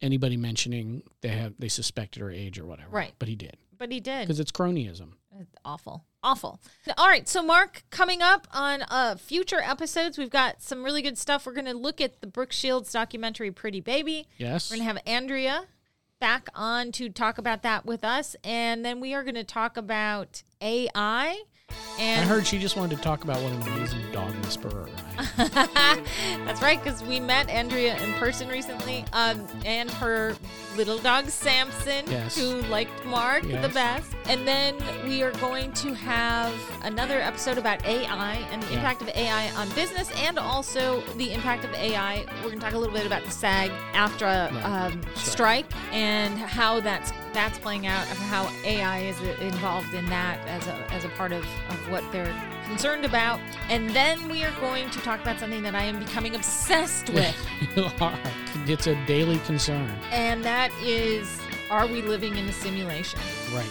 [SPEAKER 2] anybody mentioning they have they suspected her age or whatever.
[SPEAKER 1] Right.
[SPEAKER 2] But he did
[SPEAKER 1] But he did.
[SPEAKER 2] because it's cronyism.
[SPEAKER 1] It's awful. Awful. All right. So, Mark, coming up on uh, future episodes, we've got some really good stuff. We're going to look at the Brooke Shields documentary, Pretty Baby.
[SPEAKER 2] Yes.
[SPEAKER 1] We're going to have Andrea back on to talk about that with us. And then we are going to talk about AI.
[SPEAKER 2] I
[SPEAKER 1] And
[SPEAKER 2] heard she just wanted to talk about what an amazing dog whisperer I am.
[SPEAKER 1] that's right, because we met Andrea in person recently, um, and her little dog Samson,
[SPEAKER 2] Yes.
[SPEAKER 1] who liked Mark the
[SPEAKER 2] Yes.
[SPEAKER 1] best. And then we are going to have another episode about AI and the
[SPEAKER 2] Yeah.
[SPEAKER 1] impact of AI on business, and also the impact of AI. We're going to talk a little bit about the SAG after um, strike and how that's that's playing out, and how AI is involved in that as a as a part of of what they're concerned about. And then we are going to talk about something that I am becoming obsessed with.
[SPEAKER 2] (laughs) you are. It's a daily concern.
[SPEAKER 1] and that is are we living in a simulation?
[SPEAKER 2] Right.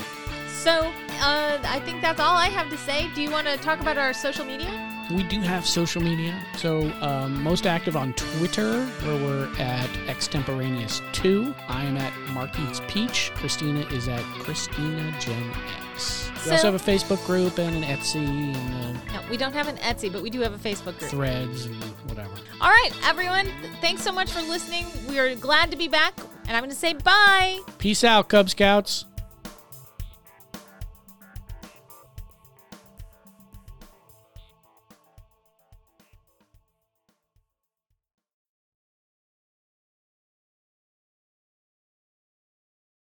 [SPEAKER 1] So uh, I think that's all I have to say. Do you want to talk about our social media?
[SPEAKER 2] We do have social media. So, um, most active on Twitter, where we're at extemporaneous2. I am at Mark Eats Peach. Christina is at Christina Gen X. We
[SPEAKER 1] So-
[SPEAKER 2] also have a Facebook group and an Etsy and uh,
[SPEAKER 1] No, we don't have an Etsy, but we do have a Facebook group.
[SPEAKER 2] threads and whatever.
[SPEAKER 1] All right, everyone, thanks so much for listening. We are glad to be back, and I'm going to say bye.
[SPEAKER 2] Peace out, Cub Scouts.